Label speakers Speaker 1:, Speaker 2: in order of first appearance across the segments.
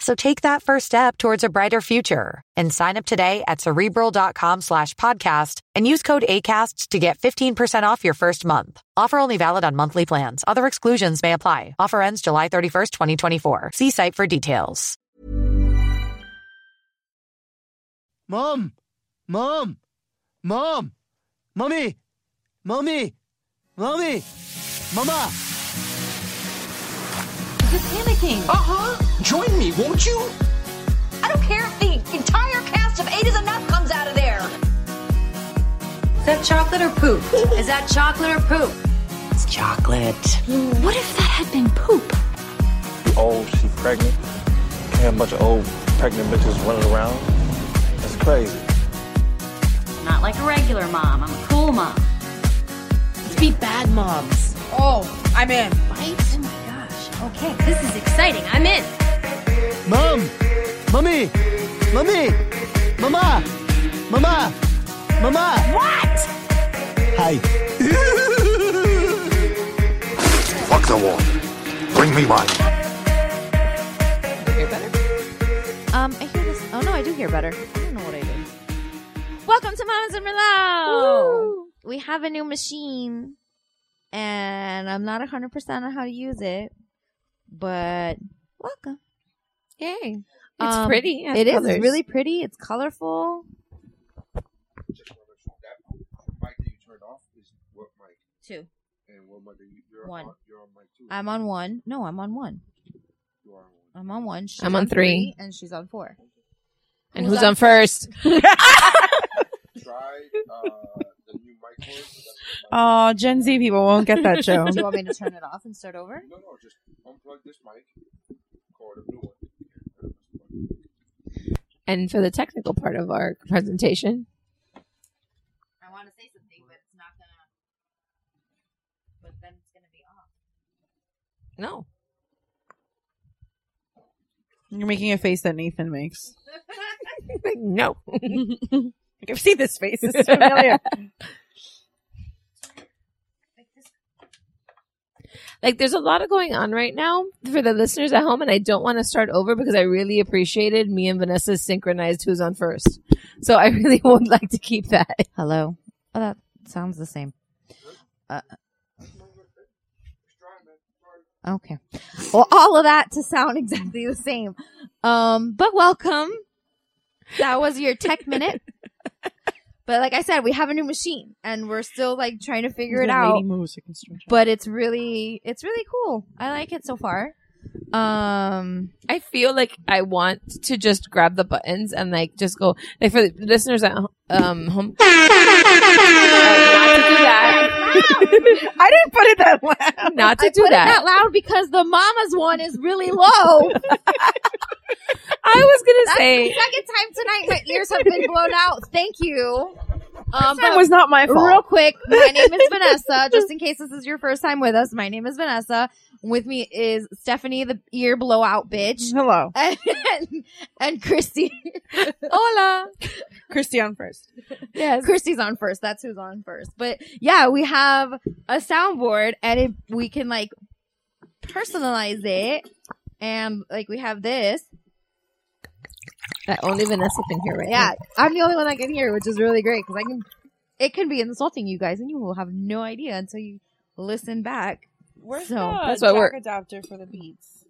Speaker 1: So take that first step towards a brighter future and sign up today at cerebral.com slash podcast and use code ACasts to get 15% off your first month. Offer only valid on monthly plans. Other exclusions may apply. Offer ends July 31st, 2024. See site for details.
Speaker 2: Mom! Mom! Mom! Mommy! Mommy! Mommy! Mama!
Speaker 3: You're panicking.
Speaker 4: Uh huh. Join me, won't you?
Speaker 3: I don't care if the entire cast of Eight is Enough comes out of there. Is that chocolate or poop? is that chocolate or poop?
Speaker 4: It's chocolate.
Speaker 3: What if that had been poop?
Speaker 5: Old, she pregnant. And a bunch of old pregnant bitches running around. That's crazy.
Speaker 6: Not like a regular mom. I'm a cool mom.
Speaker 7: Let's be bad moms.
Speaker 8: Oh, I'm in.
Speaker 7: Right?
Speaker 3: Okay, this is exciting. I'm in.
Speaker 2: Mom! Mommy! Mommy! Mama! Mama! Mama!
Speaker 3: What?
Speaker 2: Hi.
Speaker 9: Fuck the wall. Bring me mine.
Speaker 7: Do I hear better? Um, I hear this. Oh no, I do hear better. I don't know what I did. Welcome to Moms and Merlot! We have a new machine, and I'm not 100% on how to use it but welcome.
Speaker 10: Yay. It's um, pretty.
Speaker 7: It, it is. It's really pretty. It's colorful.
Speaker 10: Two.
Speaker 7: one. I'm on one. No, I'm on one. I'm on one.
Speaker 10: She's I'm on, three.
Speaker 7: three. And she's on four.
Speaker 10: And who's, who's on, on, first?
Speaker 8: Oh, Gen Z people won't get that joke.
Speaker 7: Do you want me to turn it off and start over?
Speaker 9: No, no, just unplug this mic, record a new one.
Speaker 10: And for the technical part of our presentation,
Speaker 7: I want to say something, but it's not gonna. But then it's gonna be off.
Speaker 10: No.
Speaker 8: You're making a face that Nathan makes.
Speaker 10: no.
Speaker 8: like, I've seen this face. It's familiar.
Speaker 10: like there's a lot of going on right now for the listeners at home and i don't want to start over because i really appreciated me and vanessa synchronized who's on first so i really would like to keep that
Speaker 7: hello oh that sounds the same uh, okay well all of that to sound exactly the same um but welcome that was your tech minute But like I said, we have a new machine and we're still like trying to figure it out. But it's really it's really cool. I like it so far. Um
Speaker 10: I feel like I want to just grab the buttons and like just go like for the listeners at um home
Speaker 8: I didn't put it that loud.
Speaker 10: Not to I do that.
Speaker 7: that loud because the mama's one is really low.
Speaker 10: I was gonna That's say
Speaker 7: second time tonight my ears have been blown out. Thank you.
Speaker 8: Um, that was not my fault.
Speaker 7: Real quick, my name is Vanessa. Just in case this is your first time with us, my name is Vanessa. With me is Stephanie, the ear blowout bitch.
Speaker 8: Hello.
Speaker 7: And, and, and Christy.
Speaker 10: Hola.
Speaker 8: Christy on first.
Speaker 7: Yes. Christy's on first. That's who's on first. But yeah, we have a soundboard and it, we can like personalize it. And like we have this
Speaker 10: that only Vanessa can hear right
Speaker 7: Yeah, now. I'm the only one I can hear, which is really great because I can. It can be insulting you guys, and you will have no idea until you listen back.
Speaker 8: Where's so, the that's what jack we're, adapter for the beats?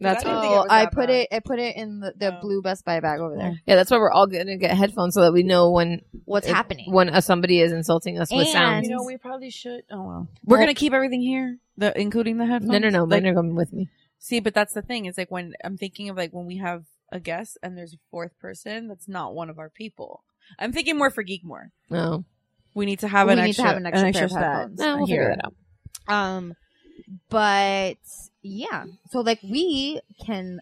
Speaker 10: That's
Speaker 8: I didn't think it
Speaker 7: Oh,
Speaker 8: was
Speaker 7: I
Speaker 8: that
Speaker 7: put it. I put it in the,
Speaker 11: Oh.
Speaker 7: the blue Best Buy bag over there.
Speaker 10: Yeah, that's why we're all gonna get headphones so that we know when
Speaker 7: What's
Speaker 10: if-
Speaker 7: happening.
Speaker 10: when uh, somebody is insulting us with sound.
Speaker 11: You know, we probably should. Oh well, we're
Speaker 10: Well-
Speaker 11: gonna keep everything here, the including the headphones.
Speaker 10: no, no, no,
Speaker 11: Like,
Speaker 10: mine are coming with me.
Speaker 11: see, but that's the thing. It's like when I'm thinking of like when we have a guest and there's a fourth person that's not one of our people. I'm thinking more for Geekmore.
Speaker 10: No,
Speaker 11: We need to have
Speaker 7: We
Speaker 11: an
Speaker 7: need to
Speaker 11: extra.
Speaker 7: have an extra pair of
Speaker 11: stat
Speaker 7: headphones. No, we'll
Speaker 11: here.
Speaker 7: figure that Um, but yeah, so like we can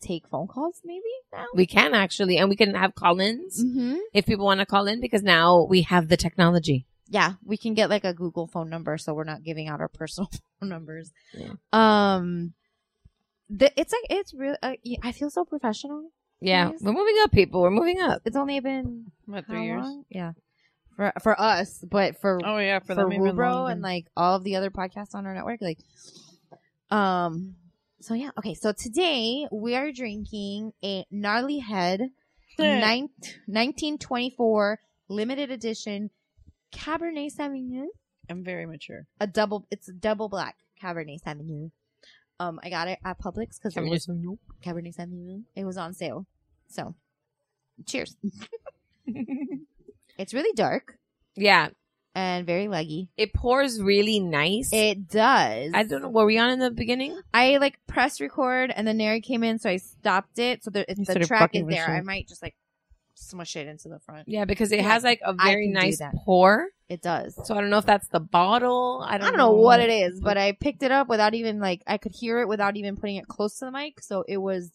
Speaker 7: take phone calls, maybe now.
Speaker 10: we can actually, and we can have call-ins
Speaker 7: Mhm.
Speaker 11: Mm-hmm.
Speaker 10: if people want to call in because now we have the technology.
Speaker 7: Yeah, we can get like a Google phone number, so we're not giving out our personal phone numbers.
Speaker 10: Yeah.
Speaker 7: Um, the, it's like it's real. Uh, yeah, I feel so professional.
Speaker 10: Yeah,
Speaker 7: Guys.
Speaker 10: we're moving up, people. We're moving up.
Speaker 7: It's only been
Speaker 11: What
Speaker 7: how
Speaker 11: three years?
Speaker 7: long? Yeah, for for us, but for
Speaker 11: Oh yeah, for,
Speaker 7: for,
Speaker 11: them even
Speaker 7: Rubro
Speaker 11: longer.
Speaker 7: and like all of the other podcasts on our network. Like, um, so yeah, okay. So today we are drinking a gnarly head
Speaker 11: Hey.
Speaker 7: nine, 1924 limited edition Cabernet Sauvignon.
Speaker 11: I'm very mature.
Speaker 7: A double, it's a double black Cabernet Sauvignon. Um, I got it at Publix because it was Cabernet Sauvignon. It was on sale, so cheers. it's really dark
Speaker 10: Yeah,
Speaker 7: and very leggy.
Speaker 10: it pours really nice.
Speaker 7: It does.
Speaker 10: I don't know. Were we on in the beginning?
Speaker 7: I like press record and then Neri came in, so I stopped it. So the, it's, the
Speaker 11: started
Speaker 7: track is
Speaker 11: fucking with
Speaker 7: there.
Speaker 11: you.
Speaker 7: I might just like smush it into the front.
Speaker 10: Yeah, because it
Speaker 7: Yeah,
Speaker 10: has like a
Speaker 7: I
Speaker 10: very
Speaker 7: can do
Speaker 10: nice
Speaker 7: that.
Speaker 10: pour.
Speaker 7: It does.
Speaker 10: So I don't know if that's the bottle. I don't,
Speaker 7: I don't know what it is, but I picked it up without even like I could hear it without even putting it close to the mic. So it was,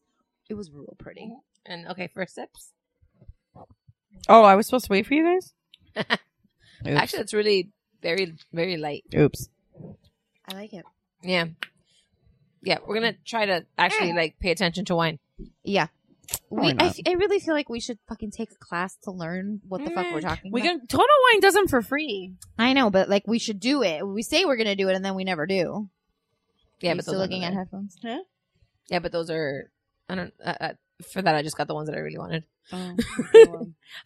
Speaker 7: it was real pretty.
Speaker 10: And okay, first sips.
Speaker 11: Oh, I was supposed to wait for you guys. Oops.
Speaker 10: Actually, it's really very very light.
Speaker 11: Oops.
Speaker 7: I like it.
Speaker 10: Yeah, yeah. We're gonna try to
Speaker 7: Eh.
Speaker 10: actually like pay attention to wine.
Speaker 7: Yeah,
Speaker 11: Why
Speaker 7: we. I,
Speaker 11: not?
Speaker 7: f- I really feel like we should fucking take a class to learn what the fuck we're
Speaker 10: Mm.
Speaker 7: talking.
Speaker 11: We
Speaker 7: about.
Speaker 11: can. Total Wine does them for free.
Speaker 7: I know, but like we should do it. We say we're gonna do it, and then we never do.
Speaker 10: Yeah,
Speaker 7: Are you
Speaker 10: but those
Speaker 7: still
Speaker 10: aren't
Speaker 7: looking at
Speaker 10: there.
Speaker 7: headphones.
Speaker 11: Yeah.
Speaker 10: Yeah, but those are. I don't. Uh, uh, for that, I just got the ones that I really wanted.
Speaker 11: Oh,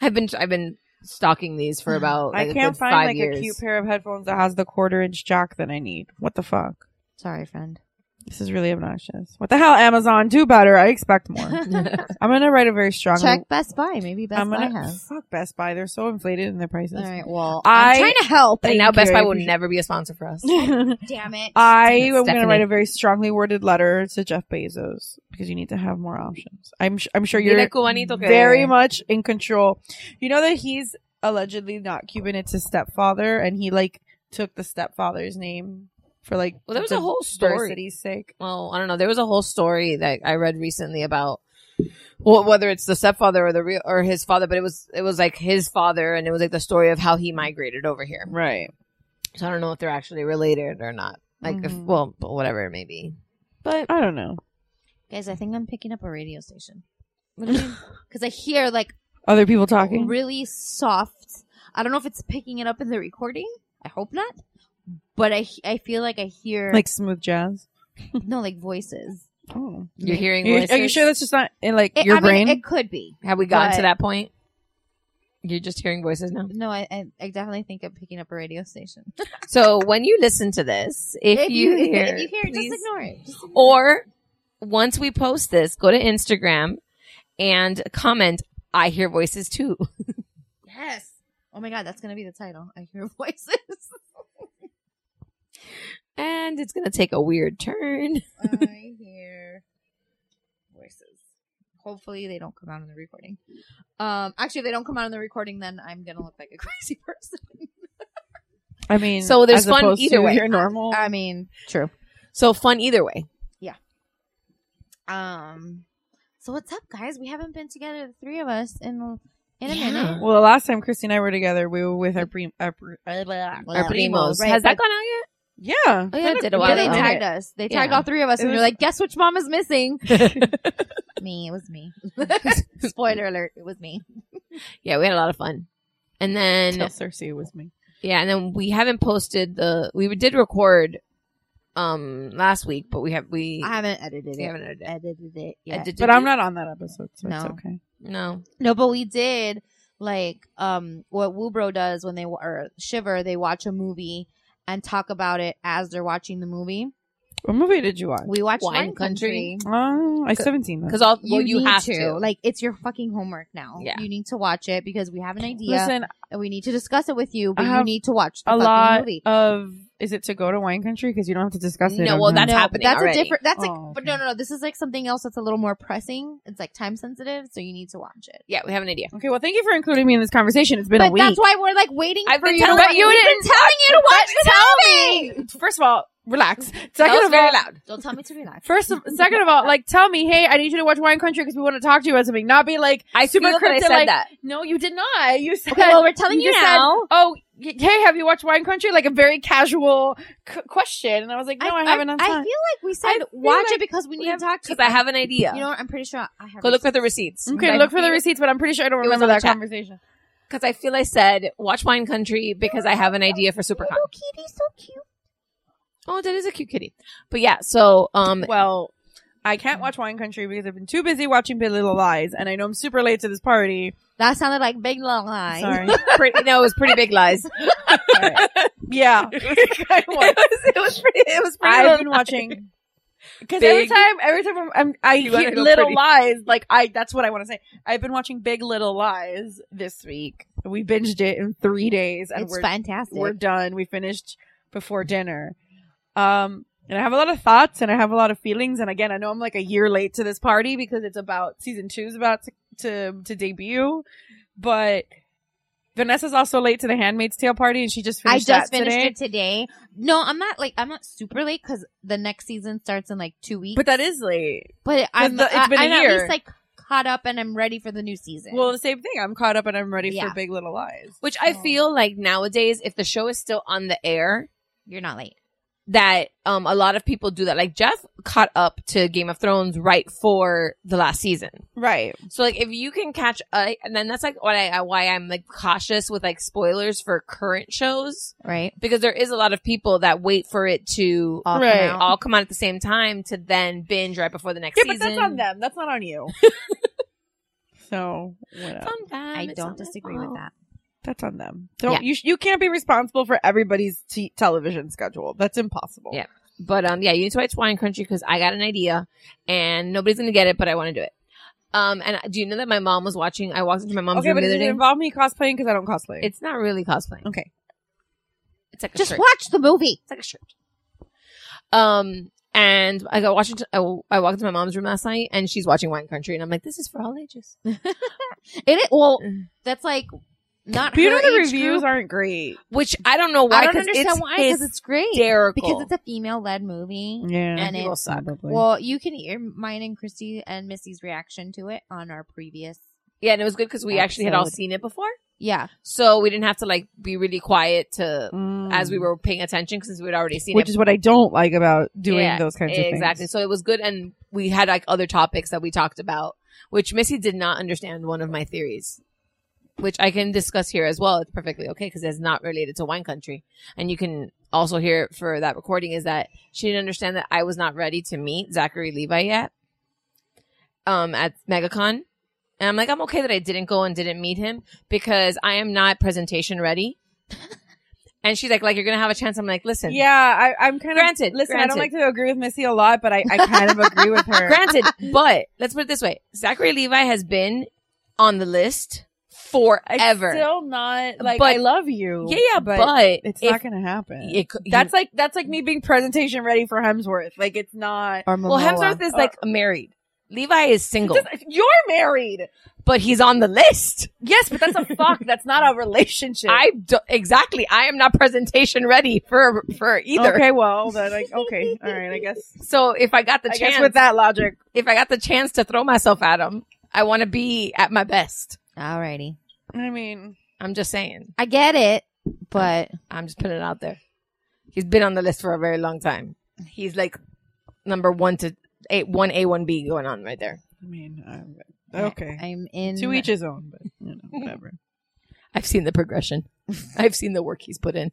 Speaker 10: I've been I've been stalking these for about. Like,
Speaker 11: I
Speaker 10: a
Speaker 11: can't
Speaker 10: good
Speaker 11: find
Speaker 10: five
Speaker 11: like
Speaker 10: years.
Speaker 11: a cute pair of headphones that has the quarter inch jack that I need. What the fuck?
Speaker 7: Sorry, friend.
Speaker 11: This is really obnoxious. What the hell, Amazon? Do better. I expect more. I'm gonna write a very strong.
Speaker 7: Check Best Buy. Maybe Best
Speaker 11: I'm
Speaker 7: Buy
Speaker 11: gonna
Speaker 7: has.
Speaker 11: fuck Best Buy. They're so inflated in their prices.
Speaker 7: All right. Well,
Speaker 11: I-
Speaker 7: I'm trying to help.
Speaker 10: and now
Speaker 11: Thank
Speaker 10: Best
Speaker 11: you,
Speaker 10: Buy
Speaker 11: I
Speaker 10: will
Speaker 11: appreciate-
Speaker 10: never be a sponsor for us.
Speaker 7: Damn it.
Speaker 11: I am going
Speaker 10: Stephanie.
Speaker 11: to write a very strongly worded letter to Jeff Bezos because you need to have more options. I'm sh- I'm sure you're
Speaker 10: Dile cubanito que-
Speaker 11: very much in control. You know that he's allegedly not Cuban; it's his stepfather, and he like took the stepfather's name for like
Speaker 10: Well, there was a whole story.
Speaker 11: diversity's sake.
Speaker 10: well, I don't know. There was a whole story that I read recently about well, whether it's the stepfather or the real or his father, but it was it was like his father, and it was like the story of how he migrated over here.
Speaker 11: Right.
Speaker 10: So I don't know if they're actually related or not. Like, if,
Speaker 11: Mhm.
Speaker 10: well, but whatever it may be.
Speaker 11: But I don't know.
Speaker 7: Guys, I think I'm picking up a radio station. Because I hear like
Speaker 11: Other people talking.
Speaker 7: really soft. I don't know if it's picking it up in the recording. I hope not. But I I feel like I hear
Speaker 11: Like smooth jazz.
Speaker 7: no like voices.
Speaker 11: Oh.
Speaker 10: You're hearing
Speaker 11: You-
Speaker 10: voices.
Speaker 11: Are you sure that's just not in like
Speaker 7: It-
Speaker 11: your
Speaker 7: I mean,
Speaker 11: brain?
Speaker 7: it could be.
Speaker 10: Have we gotten
Speaker 7: But-
Speaker 10: to that point? You're just hearing voices now.
Speaker 7: No, I, I I definitely think I'm picking up a radio station.
Speaker 10: So when you listen to this, if, you, hear,
Speaker 7: if you hear, it,
Speaker 10: please-
Speaker 7: just ignore it. Just ignore
Speaker 10: or once we post this, go to Instagram and comment. I hear voices too.
Speaker 7: it. yes. Oh my god, that's gonna be the title. I hear voices.
Speaker 10: And it's going to take a weird turn.
Speaker 7: I hear voices. Hopefully they don't come out in the recording. Um, actually, if they don't come out in the recording, then I'm gonna look like a crazy person.
Speaker 11: I mean,
Speaker 10: So there's
Speaker 11: as
Speaker 10: fun
Speaker 11: opposed
Speaker 10: either
Speaker 11: to
Speaker 10: way.
Speaker 11: Your normal.
Speaker 7: I mean, true.
Speaker 10: So fun either way.
Speaker 7: Um, so what's up, guys? We haven't been together, the three of us, in in a
Speaker 10: Yeah.
Speaker 7: minute.
Speaker 11: Well, the last time Christy and I were together, we were with our pre. Our pre-
Speaker 10: Our primos.
Speaker 7: Right,
Speaker 10: Has that
Speaker 7: but-
Speaker 10: gone out
Speaker 11: yeah.
Speaker 10: Oh, yeah, it did a
Speaker 11: Yeah,
Speaker 10: while
Speaker 7: they
Speaker 10: ago.
Speaker 7: tagged us. They tagged
Speaker 10: Yeah.
Speaker 7: all three of us,
Speaker 11: It
Speaker 7: and
Speaker 11: was-
Speaker 7: you're like, "Guess which mom is missing?" me. It was me. Spoiler alert: It was me.
Speaker 10: yet? Yeah, we had a lot of fun. And then,
Speaker 11: Tell Cersei it was me.
Speaker 10: yeah, and then we haven't posted the, we did record um last week, but we have, we,
Speaker 7: I haven't edited
Speaker 10: we
Speaker 7: it.
Speaker 10: haven't edited it.
Speaker 7: Edited it yet.
Speaker 10: Edited
Speaker 11: But
Speaker 10: it.
Speaker 11: I'm not on that episode, so
Speaker 7: No.
Speaker 11: it's okay.
Speaker 10: No.
Speaker 7: No, but we did like um what Woobro does when they wa- or Shiver, they watch a movie and talk about it as they're watching the movie.
Speaker 11: What movie did you watch?
Speaker 7: We watched
Speaker 10: Wine
Speaker 7: Wine, Country.
Speaker 11: Oh, I haven't seen that.
Speaker 10: Because all well, you,
Speaker 7: need
Speaker 10: have to.
Speaker 7: Like it's your fucking homework now.
Speaker 10: Yeah.
Speaker 7: You need to watch it because we have an idea
Speaker 11: Listen,
Speaker 7: and we need to discuss it with you, but
Speaker 11: I
Speaker 7: you
Speaker 11: have
Speaker 7: need to watch the
Speaker 11: a
Speaker 7: fucking
Speaker 11: lot
Speaker 7: movie.
Speaker 11: of is it to go to wine country because you don't have to discuss it.
Speaker 10: No,
Speaker 11: on
Speaker 10: well,
Speaker 11: here.
Speaker 10: that's
Speaker 7: No, but
Speaker 10: happening
Speaker 7: that's
Speaker 10: already.
Speaker 7: a different that's like
Speaker 11: Oh,
Speaker 7: but no no no this is like something else that's a little more pressing it's like time sensitive so you need to watch it
Speaker 10: yeah, we have an idea.
Speaker 11: okay. Well, thank you for including me in this conversation. It's been a
Speaker 7: but
Speaker 11: week.
Speaker 7: that's why we're like waiting
Speaker 10: I've
Speaker 7: for
Speaker 10: been
Speaker 7: you to
Speaker 10: telling-
Speaker 7: watch-
Speaker 10: you
Speaker 7: we've
Speaker 10: didn't
Speaker 7: been telling you to watch
Speaker 10: but
Speaker 7: the movie
Speaker 11: First of all, relax.
Speaker 10: Tell
Speaker 11: Second
Speaker 10: us
Speaker 11: of
Speaker 10: very
Speaker 11: all,
Speaker 10: loud.
Speaker 7: don't tell me to relax
Speaker 11: First, of, second of all, like tell me, hey, I need you to watch Wine Country because we want to talk to you about something. Not be like
Speaker 10: I
Speaker 11: super
Speaker 10: feel that I
Speaker 11: cryptic,
Speaker 10: said
Speaker 11: like,
Speaker 10: that.
Speaker 11: No, you did not. You said.
Speaker 7: Okay, well, we're telling you
Speaker 11: just
Speaker 7: now.
Speaker 11: Said, oh, y- hey, have you watched Wine Country? Like a very casual c- question, and I was like, no, I, haven't. on
Speaker 7: I feel
Speaker 11: time.
Speaker 7: like we said
Speaker 11: feel
Speaker 7: watch
Speaker 11: like
Speaker 7: it because we need to talk to you
Speaker 10: Because I have an idea.
Speaker 7: you know what? I'm pretty sure I have
Speaker 10: Go look for the receipts.
Speaker 11: okay, look for the receipts, but I'm pretty sure I don't
Speaker 10: was
Speaker 11: remember
Speaker 10: on the
Speaker 11: that
Speaker 10: chat.
Speaker 11: conversation.
Speaker 10: Because I feel I said watch Wine Country because I have an idea for SuperCon.
Speaker 7: little kitty Oh, so cute
Speaker 10: Oh, that is a cute kitty. But yeah, so um,
Speaker 11: Well, I can't watch Wine Country because I've been too busy watching Big Little Lies, and I know I'm super late to this party.
Speaker 7: that sounded like big long eyes
Speaker 11: Sorry.
Speaker 10: pretty, no, it was pretty big lies.
Speaker 11: yeah, I won.
Speaker 10: it was pretty. It was pretty.
Speaker 11: I've
Speaker 10: little
Speaker 11: been
Speaker 10: lies.
Speaker 11: watching. Because every
Speaker 10: Big-
Speaker 11: time, every time I'm, I'm, I
Speaker 10: You wanna
Speaker 11: hear
Speaker 10: go
Speaker 11: Little
Speaker 10: pretty.
Speaker 11: Lies, like I, that's what I want to say. I've been watching Big Little Lies this week. We binged it in three days, and
Speaker 7: it's
Speaker 11: we're
Speaker 7: fantastic
Speaker 11: we're done. We finished before dinner. Um, and I have a lot of thoughts, and I have a lot of feelings. And again, I know I'm like a year late to this party because it's about season two's about to to, to debut, but. Vanessa's also late to the Handmaid's Tale party, and she just
Speaker 7: I
Speaker 11: finished
Speaker 7: just
Speaker 11: that
Speaker 7: finished
Speaker 11: today.
Speaker 7: it today. No, I'm not like I'm not super late because the next season starts in like two weeks.
Speaker 11: But that is late.
Speaker 7: But I'm
Speaker 11: the- it's been
Speaker 7: I,
Speaker 11: a
Speaker 7: am
Speaker 11: year.
Speaker 7: at least like caught up and I'm ready for the new season.
Speaker 11: Well, the same thing. I'm caught up and I'm ready
Speaker 7: Yeah.
Speaker 11: for Big Little Lies.
Speaker 10: Which I feel like nowadays, if the show is still on the air,
Speaker 7: you're not late.
Speaker 10: that um a lot of people do that. Like Jeff caught up to Game of Thrones right for the last season.
Speaker 11: Right.
Speaker 10: So like if you can catch, uh, and then that's like what I why I'm like cautious with like spoilers for current shows
Speaker 7: Right.
Speaker 10: because there is a lot of people that wait for it to
Speaker 7: All right.
Speaker 11: Right.
Speaker 10: all come out at the same time to then binge right before the next
Speaker 11: Yeah,
Speaker 10: season.
Speaker 11: but that's on them. That's not on you. so whatever.
Speaker 10: It's on them.
Speaker 7: I
Speaker 10: It's
Speaker 7: don't
Speaker 10: not their
Speaker 7: disagree with
Speaker 10: fault.
Speaker 7: that.
Speaker 11: That's on them. Don't
Speaker 10: Yeah.
Speaker 11: you? sh- You can't be responsible for everybody's t- television schedule. That's impossible.
Speaker 10: Yeah. But um, yeah, you need to watch Wine Country because I got an idea, and nobody's gonna get it, but I want to do it. Um, and do you know that my mom was watching? I walked into my mom's
Speaker 11: Okay,
Speaker 10: room
Speaker 11: but
Speaker 10: the
Speaker 11: does
Speaker 10: other
Speaker 11: it
Speaker 10: day.
Speaker 11: involve me cosplaying? Because I don't cosplay.
Speaker 10: it's not really cosplaying.
Speaker 11: okay.
Speaker 10: It's like a
Speaker 7: Just
Speaker 10: shirt.
Speaker 7: watch the movie.
Speaker 10: It's like a shirt. Um, and I got watching. I, I walked into my mom's room last night, and she's watching Wine Country, and I'm like, this is for all ages.
Speaker 7: It, is- well, that's like not.
Speaker 11: But you
Speaker 7: her
Speaker 11: know the
Speaker 7: age
Speaker 11: reviews
Speaker 7: group.
Speaker 11: aren't great.
Speaker 10: Which I don't know why.
Speaker 7: I don't
Speaker 10: 'cause
Speaker 7: understand
Speaker 10: it's
Speaker 7: why because it's great
Speaker 10: hysterical.
Speaker 7: because it's a female led movie.
Speaker 11: Yeah.
Speaker 7: And it-
Speaker 11: Well,
Speaker 7: Well, you can hear mine and Christy and Missy's reaction to it on our previous.
Speaker 10: yeah, and it was good because we actually had all
Speaker 7: Episode.
Speaker 10: seen it before,
Speaker 7: Yeah,
Speaker 10: so we didn't have to like be really quiet to as
Speaker 7: Mm.
Speaker 10: we were paying attention because we had already seen it.
Speaker 11: which is what I don't like about doing
Speaker 10: Yeah,
Speaker 11: those kinds of things.
Speaker 10: Exactly. So it was good. And we had like other topics that we talked about, which Missy did not understand one of my theories, which I can discuss here as well. It's perfectly okay because it's not related to wine country. And you can also hear it for that recording is that she didn't understand that I was not ready to meet Zachary Levi yet um, at MegaCon. And I'm like, I'm okay that I didn't go and didn't meet him because I am not presentation ready. and she's like, like, you're going to have a chance. I'm like, listen.
Speaker 11: Yeah, I, I'm kind of.
Speaker 10: Granted,
Speaker 11: Listen, I don't
Speaker 10: granted.
Speaker 11: like to agree with Missy a lot, but I, I kind of agree with her.
Speaker 10: Granted, but let's put it this way: Zachary Levi has been on the list forever.
Speaker 11: It's still not like
Speaker 10: But-
Speaker 11: I love you.
Speaker 10: yeah, yeah, but, but
Speaker 11: it's
Speaker 10: if-
Speaker 11: not going to happen.
Speaker 10: it could-
Speaker 11: that's like that's like me being presentation ready for Hemsworth. Like it's not. Oh.
Speaker 7: or
Speaker 10: well,
Speaker 7: Momoa.
Speaker 10: Hemsworth is like married. Levi is single,
Speaker 11: Just- You're married.
Speaker 10: but he's on the list.
Speaker 11: Yes, but that's a fuck. That's not a relationship.
Speaker 10: I do- exactly. I am not presentation ready for for either.
Speaker 11: Okay, well then. Like okay, all right. I guess.
Speaker 10: So if I got the
Speaker 11: I
Speaker 10: chance,
Speaker 11: guess with that logic,
Speaker 10: if I got the chance to throw myself at him, I want to be at my best.
Speaker 7: Alrighty,
Speaker 11: I mean,
Speaker 10: I'm just saying.
Speaker 7: I get it, but
Speaker 10: I'm just putting it out there. He's been on the list for a very long time. He's like number one to eight, one A, one B going on right there.
Speaker 11: I mean, I'm-
Speaker 7: I-
Speaker 11: okay.
Speaker 7: I'm in
Speaker 11: to each his own, but you know, whatever.
Speaker 10: I've seen the progression. I've seen the work he's put in.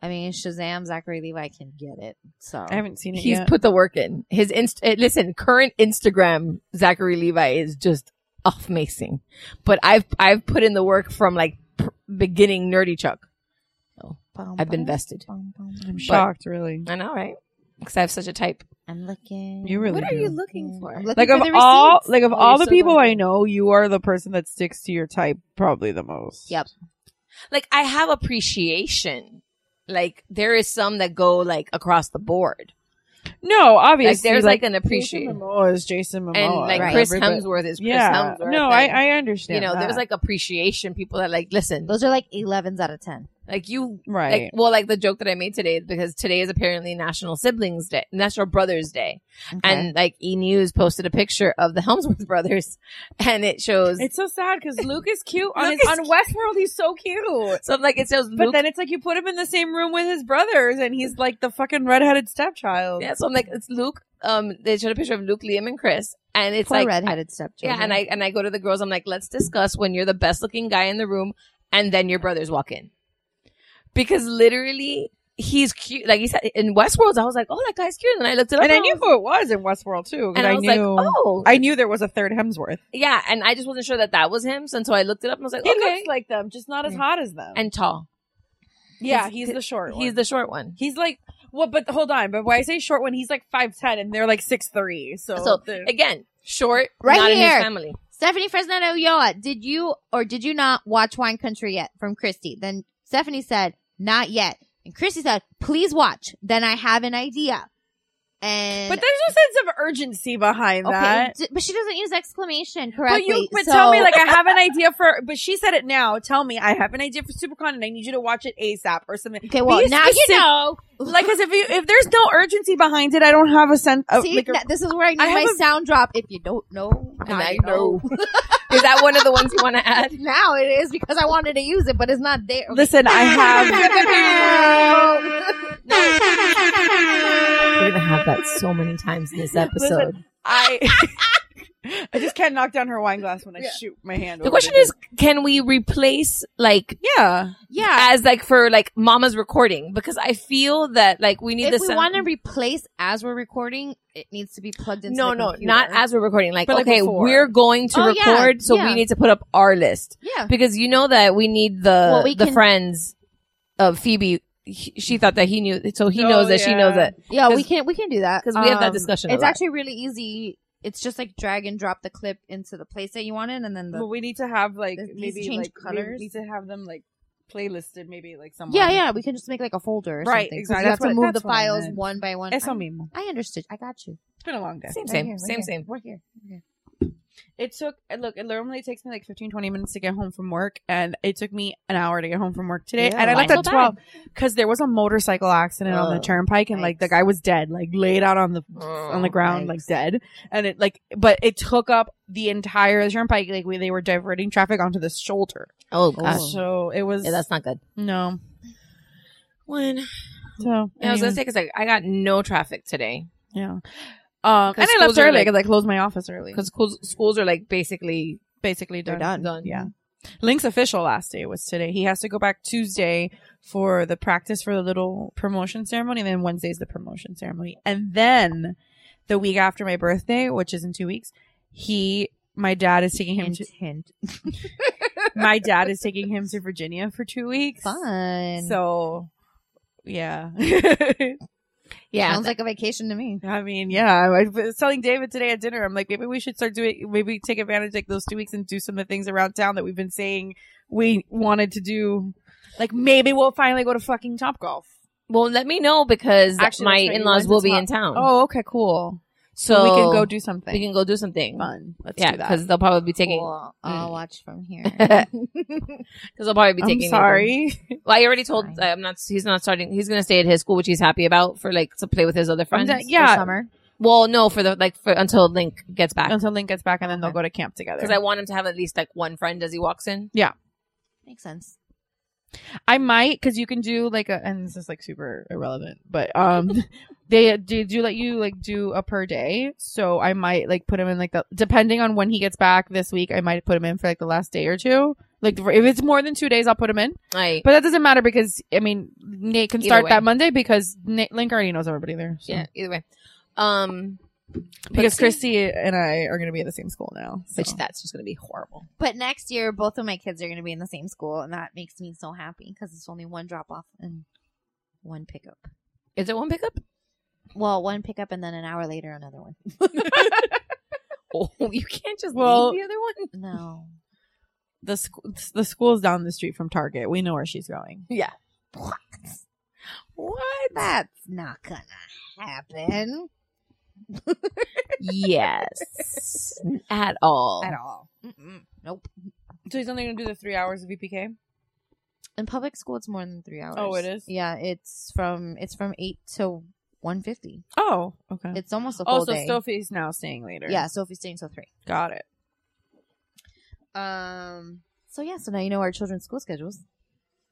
Speaker 7: I mean, Shazam, Zachary Levi can get it. So
Speaker 11: I haven't seen it
Speaker 10: He's
Speaker 11: yet.
Speaker 10: put the work in. His inst- eh, listen, current Instagram Zachary Levi is just amazing. But I've I've put in the work from like pr- beginning nerdy chuck. I've been vested.
Speaker 11: I'm shocked, really.
Speaker 10: I know, right? because I have such a type.
Speaker 7: I'm looking.
Speaker 11: You really
Speaker 10: What are
Speaker 11: do.
Speaker 10: you looking for?
Speaker 11: like of
Speaker 10: the
Speaker 11: all
Speaker 10: receipts.
Speaker 11: like of
Speaker 10: Oh,
Speaker 11: all
Speaker 10: you're
Speaker 11: the
Speaker 10: so
Speaker 11: people
Speaker 10: lucky.
Speaker 11: I know, you are the person that sticks to your type probably the most.
Speaker 7: Yep.
Speaker 10: Like I have appreciation. Like there is some that go like across the board.
Speaker 11: No, obviously,
Speaker 10: Like, there's like, an
Speaker 11: Jason
Speaker 10: appreciation.
Speaker 11: Momoa is Jason Momoa,
Speaker 10: And like
Speaker 11: right?
Speaker 10: Chris
Speaker 11: Everybody-
Speaker 10: Hemsworth is Chris
Speaker 11: yeah.
Speaker 10: Hemsworth.
Speaker 11: No,
Speaker 10: and,
Speaker 11: I I understand.
Speaker 10: You know,
Speaker 11: that.
Speaker 10: there was like appreciation. People that like listen.
Speaker 7: Those are like 11s out of 10.
Speaker 10: Like you,
Speaker 11: Right.
Speaker 10: Like, well, like the joke that I made today, because today is apparently National Siblings Day, National Brothers Day, and like E News posted a picture of the Helmsworth brothers, and it shows.
Speaker 11: It's so sad because Luke is cute on,
Speaker 10: Luke
Speaker 11: his,
Speaker 10: is
Speaker 11: on Westworld. He's so cute.
Speaker 10: So like it says,
Speaker 11: but
Speaker 10: Luke-
Speaker 11: then it's like you put him in the same room with his brothers, and he's like the fucking redheaded stepchild.
Speaker 10: yeah, so I'm like, it's Luke. Um, they showed a picture of Luke, Liam, and Chris, and it's
Speaker 7: Poor
Speaker 10: like
Speaker 7: redheaded
Speaker 10: Yeah,
Speaker 7: stepchildren.
Speaker 10: and
Speaker 11: Uh-huh.
Speaker 10: I and I go to the girls. I'm like, let's discuss when you're the best looking guy in the room, and then your brothers walk in, because literally. He's cute, like he said in Westworld. I was like, "Oh, that guy's cute," and I looked it up.
Speaker 11: and I
Speaker 10: was
Speaker 11: knew who it was in Westworld too. 'cause
Speaker 10: And I was
Speaker 11: knew,
Speaker 10: like, oh.
Speaker 11: I knew there was a third Hemsworth.
Speaker 10: Yeah, and I just wasn't sure that that was him. So until I looked it up, and I was like,
Speaker 11: He
Speaker 10: okay,
Speaker 11: looks like them, just not as hot as them.
Speaker 10: and tall.
Speaker 11: yeah, he's the short.
Speaker 10: He's
Speaker 11: one.
Speaker 10: the short one.
Speaker 11: He's like, well, but hold on. But why I say short when he's like five ten and they're like six three. So,
Speaker 10: So
Speaker 11: they're-
Speaker 10: again, short,
Speaker 7: Right
Speaker 10: not in
Speaker 7: here.
Speaker 10: his family.
Speaker 7: Stephanie Fresneda Ulloa, did you or did you not watch Wine Country yet from Christy? Then Stephanie said, not yet. And Christy said, please watch. Then I have an idea. And
Speaker 11: but there's no sense of urgency behind that.
Speaker 7: d- but she doesn't use exclamation
Speaker 11: But
Speaker 7: correctly.
Speaker 11: you, but
Speaker 7: so-
Speaker 11: tell me, like, I have an idea for. But she said it now. Tell me, I have an idea for Supercon, and I need you to watch it ASAP or something.
Speaker 7: Okay, well,
Speaker 11: Be
Speaker 7: now you
Speaker 11: specific-
Speaker 7: know.
Speaker 11: Like, because if you if there's no urgency behind it, I don't have a sense. Of,
Speaker 7: See,
Speaker 11: like, a-
Speaker 7: na- this is where Oh, I need
Speaker 11: I
Speaker 7: my
Speaker 11: have a-
Speaker 7: sound drop. If you don't know,
Speaker 10: And
Speaker 7: now
Speaker 10: I
Speaker 7: you know.
Speaker 10: Is that one of the ones you want to add?
Speaker 7: now it is because I wanted to use it, but it's not there.
Speaker 11: listen, I have.
Speaker 10: We're gonna have that so many times in this episode.
Speaker 11: Listen, I. I just can't knock down her wine glass when I shoot my hand.
Speaker 10: the question is, can we replace like
Speaker 11: yeah,
Speaker 7: yeah.
Speaker 10: as like for like Mama's recording? Because I feel that like we need
Speaker 7: If
Speaker 10: the
Speaker 7: we
Speaker 10: sound-
Speaker 7: want to replace as we're recording, it needs to be plugged into.
Speaker 10: no,
Speaker 7: the
Speaker 10: no,
Speaker 7: computer.
Speaker 10: not as we're recording. Like,
Speaker 11: But, like,
Speaker 10: okay,
Speaker 11: before.
Speaker 10: we're going to
Speaker 7: Oh, yeah,
Speaker 10: record, so
Speaker 7: yeah.
Speaker 10: we need to put up our list.
Speaker 7: Yeah.
Speaker 10: because you know that we need the
Speaker 7: Well, we
Speaker 10: the
Speaker 7: can-
Speaker 10: friends of Phoebe. He- She thought that he knew, so he
Speaker 11: Oh,
Speaker 10: knows that she
Speaker 11: yeah.
Speaker 10: knows that.
Speaker 7: Yeah, we
Speaker 10: 'Cause-
Speaker 7: can we can do that Um,
Speaker 10: 'cause we have that discussion a
Speaker 7: It's
Speaker 10: lot.
Speaker 7: actually really easy. It's just like drag and drop the clip into the place that you want it, and then
Speaker 11: But
Speaker 7: the
Speaker 11: we need to have like
Speaker 7: Does these
Speaker 11: maybe
Speaker 7: change
Speaker 11: like
Speaker 7: colors?
Speaker 11: we need to have them like playlisted maybe like somewhere.
Speaker 7: yeah, yeah, we can just make like a folder, or
Speaker 11: Right,
Speaker 7: something, 'cause
Speaker 11: exactly.
Speaker 7: You
Speaker 11: That's
Speaker 7: have to
Speaker 11: what-
Speaker 7: move the
Speaker 11: that's what I
Speaker 7: files
Speaker 11: meant.
Speaker 7: one by one.
Speaker 11: Eso
Speaker 7: I-
Speaker 11: mismo.
Speaker 7: I understood. I got you.
Speaker 11: It's been a long day.
Speaker 10: Same,
Speaker 7: Right
Speaker 10: same,
Speaker 7: here, right
Speaker 10: same,
Speaker 7: here.
Speaker 10: same.
Speaker 7: We're here. We're here.
Speaker 11: It took and look, it normally takes me like 15 20 minutes to get home from work and it took me an hour to get home from work today.
Speaker 10: Yeah,
Speaker 11: and I
Speaker 10: why
Speaker 11: left at
Speaker 10: so
Speaker 11: 12 cuz there was a motorcycle accident on the
Speaker 7: Oh,
Speaker 11: turnpike and like the
Speaker 7: yikes.
Speaker 11: guy was dead, like laid out on the on the ground like dead. And it like but it took up the entire turnpike like we, they were diverting traffic onto the shoulder. Uh,
Speaker 10: Oh gosh,
Speaker 11: So it was
Speaker 10: yeah, that's not good.
Speaker 11: no.
Speaker 10: When
Speaker 11: So
Speaker 10: I
Speaker 11: mean-
Speaker 10: was gonna say because I, I got no traffic today
Speaker 11: Yeah. Um, and I
Speaker 10: schools
Speaker 11: left
Speaker 10: are,
Speaker 11: early
Speaker 10: like-
Speaker 11: because I closed my office early.
Speaker 10: because schools, schools are like basically
Speaker 11: basically
Speaker 10: they're
Speaker 11: done.
Speaker 10: done. Done.
Speaker 11: Yeah. Link's official last day was today. He has to go back Tuesday for the practice for the little promotion ceremony, and then Wednesday's the promotion ceremony. And then the week after my birthday, which is in two weeks, he my dad is taking him
Speaker 7: Hint,
Speaker 11: to
Speaker 7: hint.
Speaker 11: my dad is taking him to Virginia for two weeks.
Speaker 7: Fun.
Speaker 11: So yeah.
Speaker 10: yeah.
Speaker 7: sounds like a vacation to me.
Speaker 11: I mean, yeah, I was telling David today at dinner, I'm like, maybe we should start doing, maybe take advantage like those two weeks and do some of the things around town that we've been saying we wanted to do. Like maybe we'll finally go to fucking Top Golf.
Speaker 10: well, let me know because
Speaker 11: Actually,
Speaker 10: my
Speaker 11: that's right, you
Speaker 10: in-laws
Speaker 11: went
Speaker 10: will
Speaker 11: to
Speaker 10: be
Speaker 11: Top-
Speaker 10: in town.
Speaker 11: Oh, okay, cool.
Speaker 10: so,
Speaker 11: So, we can go do something.
Speaker 10: we can go do something.
Speaker 11: fun. Let's
Speaker 10: yeah,
Speaker 11: do
Speaker 10: because
Speaker 11: that.
Speaker 10: they'll probably be taking. Mm.
Speaker 7: Cool. I'll watch from here.
Speaker 10: Because they'll probably be
Speaker 11: I'm
Speaker 10: taking. over.
Speaker 11: sorry.
Speaker 10: Well, I already told.
Speaker 7: Fine.
Speaker 10: I'm not. He's not starting. He's gonna stay at his school, which he's happy about for like to play with his other friends.
Speaker 11: done-
Speaker 7: For
Speaker 11: Yeah.
Speaker 7: summer.
Speaker 10: Well, no, for the like for until Link gets back,
Speaker 11: Until Link gets back, and then they'll go to camp together.
Speaker 10: because I want him to have at least like one friend as he walks in.
Speaker 7: Makes sense.
Speaker 11: I might because you can do like a and this is like super irrelevant, but um, they do, do let you like do a per day. So I might like put him in like the depending on when he gets back this week. I might put him in for like the last day or two. Like if it's more than two days, I'll put him in.
Speaker 10: Like,
Speaker 11: But that doesn't matter because I mean Nate can
Speaker 10: Either
Speaker 11: start
Speaker 10: way.
Speaker 11: that Monday because Nate, Link already knows everybody there. so.
Speaker 10: yeah. Either way, um,
Speaker 11: because
Speaker 10: see-
Speaker 11: Christy and I are going to be at the same school now. So.
Speaker 10: which that's just gonna be horrible.
Speaker 7: But next year, both of my kids are going to be in the same school, and that makes me so happy because it's only one drop off and one pickup.
Speaker 10: Is it one pickup?
Speaker 7: Well, one pickup and then an hour later another one.
Speaker 10: oh, you can't just
Speaker 11: Well-
Speaker 10: leave the other one.
Speaker 7: No.
Speaker 11: The sc- the school's down the street from Target. We know where she's going.
Speaker 10: Yeah.
Speaker 11: What?
Speaker 7: That's not gonna happen.
Speaker 10: Yes. At all.
Speaker 7: At all. Mm-mm. Nope.
Speaker 11: So he's only gonna do the three hours of E VPK.
Speaker 7: In public school, it's more than three hours.
Speaker 11: Oh, it is?
Speaker 7: Yeah, it's from it's from eight to one fifty.
Speaker 11: Oh, okay.
Speaker 7: It's almost a whole
Speaker 11: oh, so
Speaker 7: day.
Speaker 11: Sophie's now staying later.
Speaker 7: yeah, Sophie's staying till three.
Speaker 11: Got it.
Speaker 7: Um. So yeah, so now you know our children's school schedules.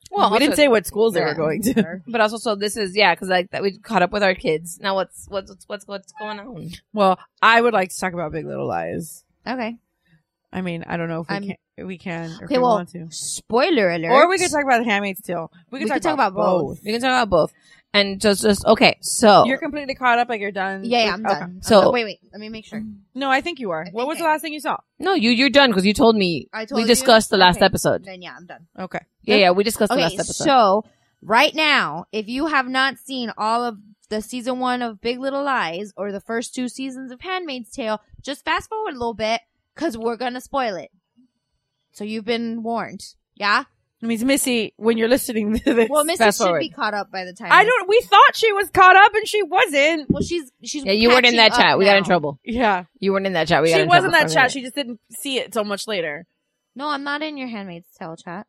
Speaker 10: Well,
Speaker 11: we didn't
Speaker 10: also-
Speaker 11: say what schools they
Speaker 7: Yeah.
Speaker 11: were going to.
Speaker 10: But also, so this is yeah, because like that we caught up with our kids. Now what's what's what's what's, what's going on?
Speaker 11: Well, I would like to talk about Big Little Lies.
Speaker 7: Okay.
Speaker 11: I mean, I don't know if we
Speaker 7: I'm-
Speaker 11: can. If we can. Or if
Speaker 7: Okay.
Speaker 11: we
Speaker 7: Well,
Speaker 11: want to.
Speaker 7: spoiler alert.
Speaker 11: Or we could talk about The Handmaid's Tale. We
Speaker 7: We
Speaker 11: could
Speaker 7: could
Speaker 11: talk,
Speaker 7: talk
Speaker 11: about,
Speaker 7: about both.
Speaker 11: both.
Speaker 10: We can talk about both. And just just okay. So
Speaker 11: You're completely caught up. Like you're done.
Speaker 7: Yeah, yeah, I'm
Speaker 11: with- okay.
Speaker 7: done. I'm
Speaker 10: So-
Speaker 7: done. wait, wait. Let me make sure.
Speaker 11: No, I think you are. what was the last thing you saw?
Speaker 10: no, you you're done because you told me
Speaker 7: I told
Speaker 10: we discussed
Speaker 7: you?
Speaker 10: the last
Speaker 7: Okay,
Speaker 10: episode.
Speaker 7: Then yeah, I'm done.
Speaker 11: Okay.
Speaker 10: Yeah, yeah, we discussed
Speaker 7: okay,
Speaker 10: the last episode.
Speaker 7: so right now, if you have not seen all of the season one of Big Little Lies or the first two seasons of Handmaid's Tale, just fast forward a little bit because we're gonna spoil it. So you've been warned. Yeah.
Speaker 11: I mean, Missy, when you're listening to this,
Speaker 7: Well, Missy
Speaker 11: fast
Speaker 7: should
Speaker 11: forward.
Speaker 7: be caught up by the time.
Speaker 11: I don't. We thought she was caught up, and she wasn't.
Speaker 7: Well, she's she's.
Speaker 10: yeah, you weren't in
Speaker 7: catching
Speaker 10: that
Speaker 7: up
Speaker 10: chat. We got in
Speaker 7: now.
Speaker 10: trouble.
Speaker 11: Yeah,
Speaker 10: You weren't in that chat. We got
Speaker 11: she
Speaker 10: in
Speaker 11: was in
Speaker 10: trouble
Speaker 11: that
Speaker 10: for a
Speaker 11: chat.
Speaker 10: minute.
Speaker 11: She just didn't see it till much later.
Speaker 7: No, I'm not in your Handmaid's Tale chat.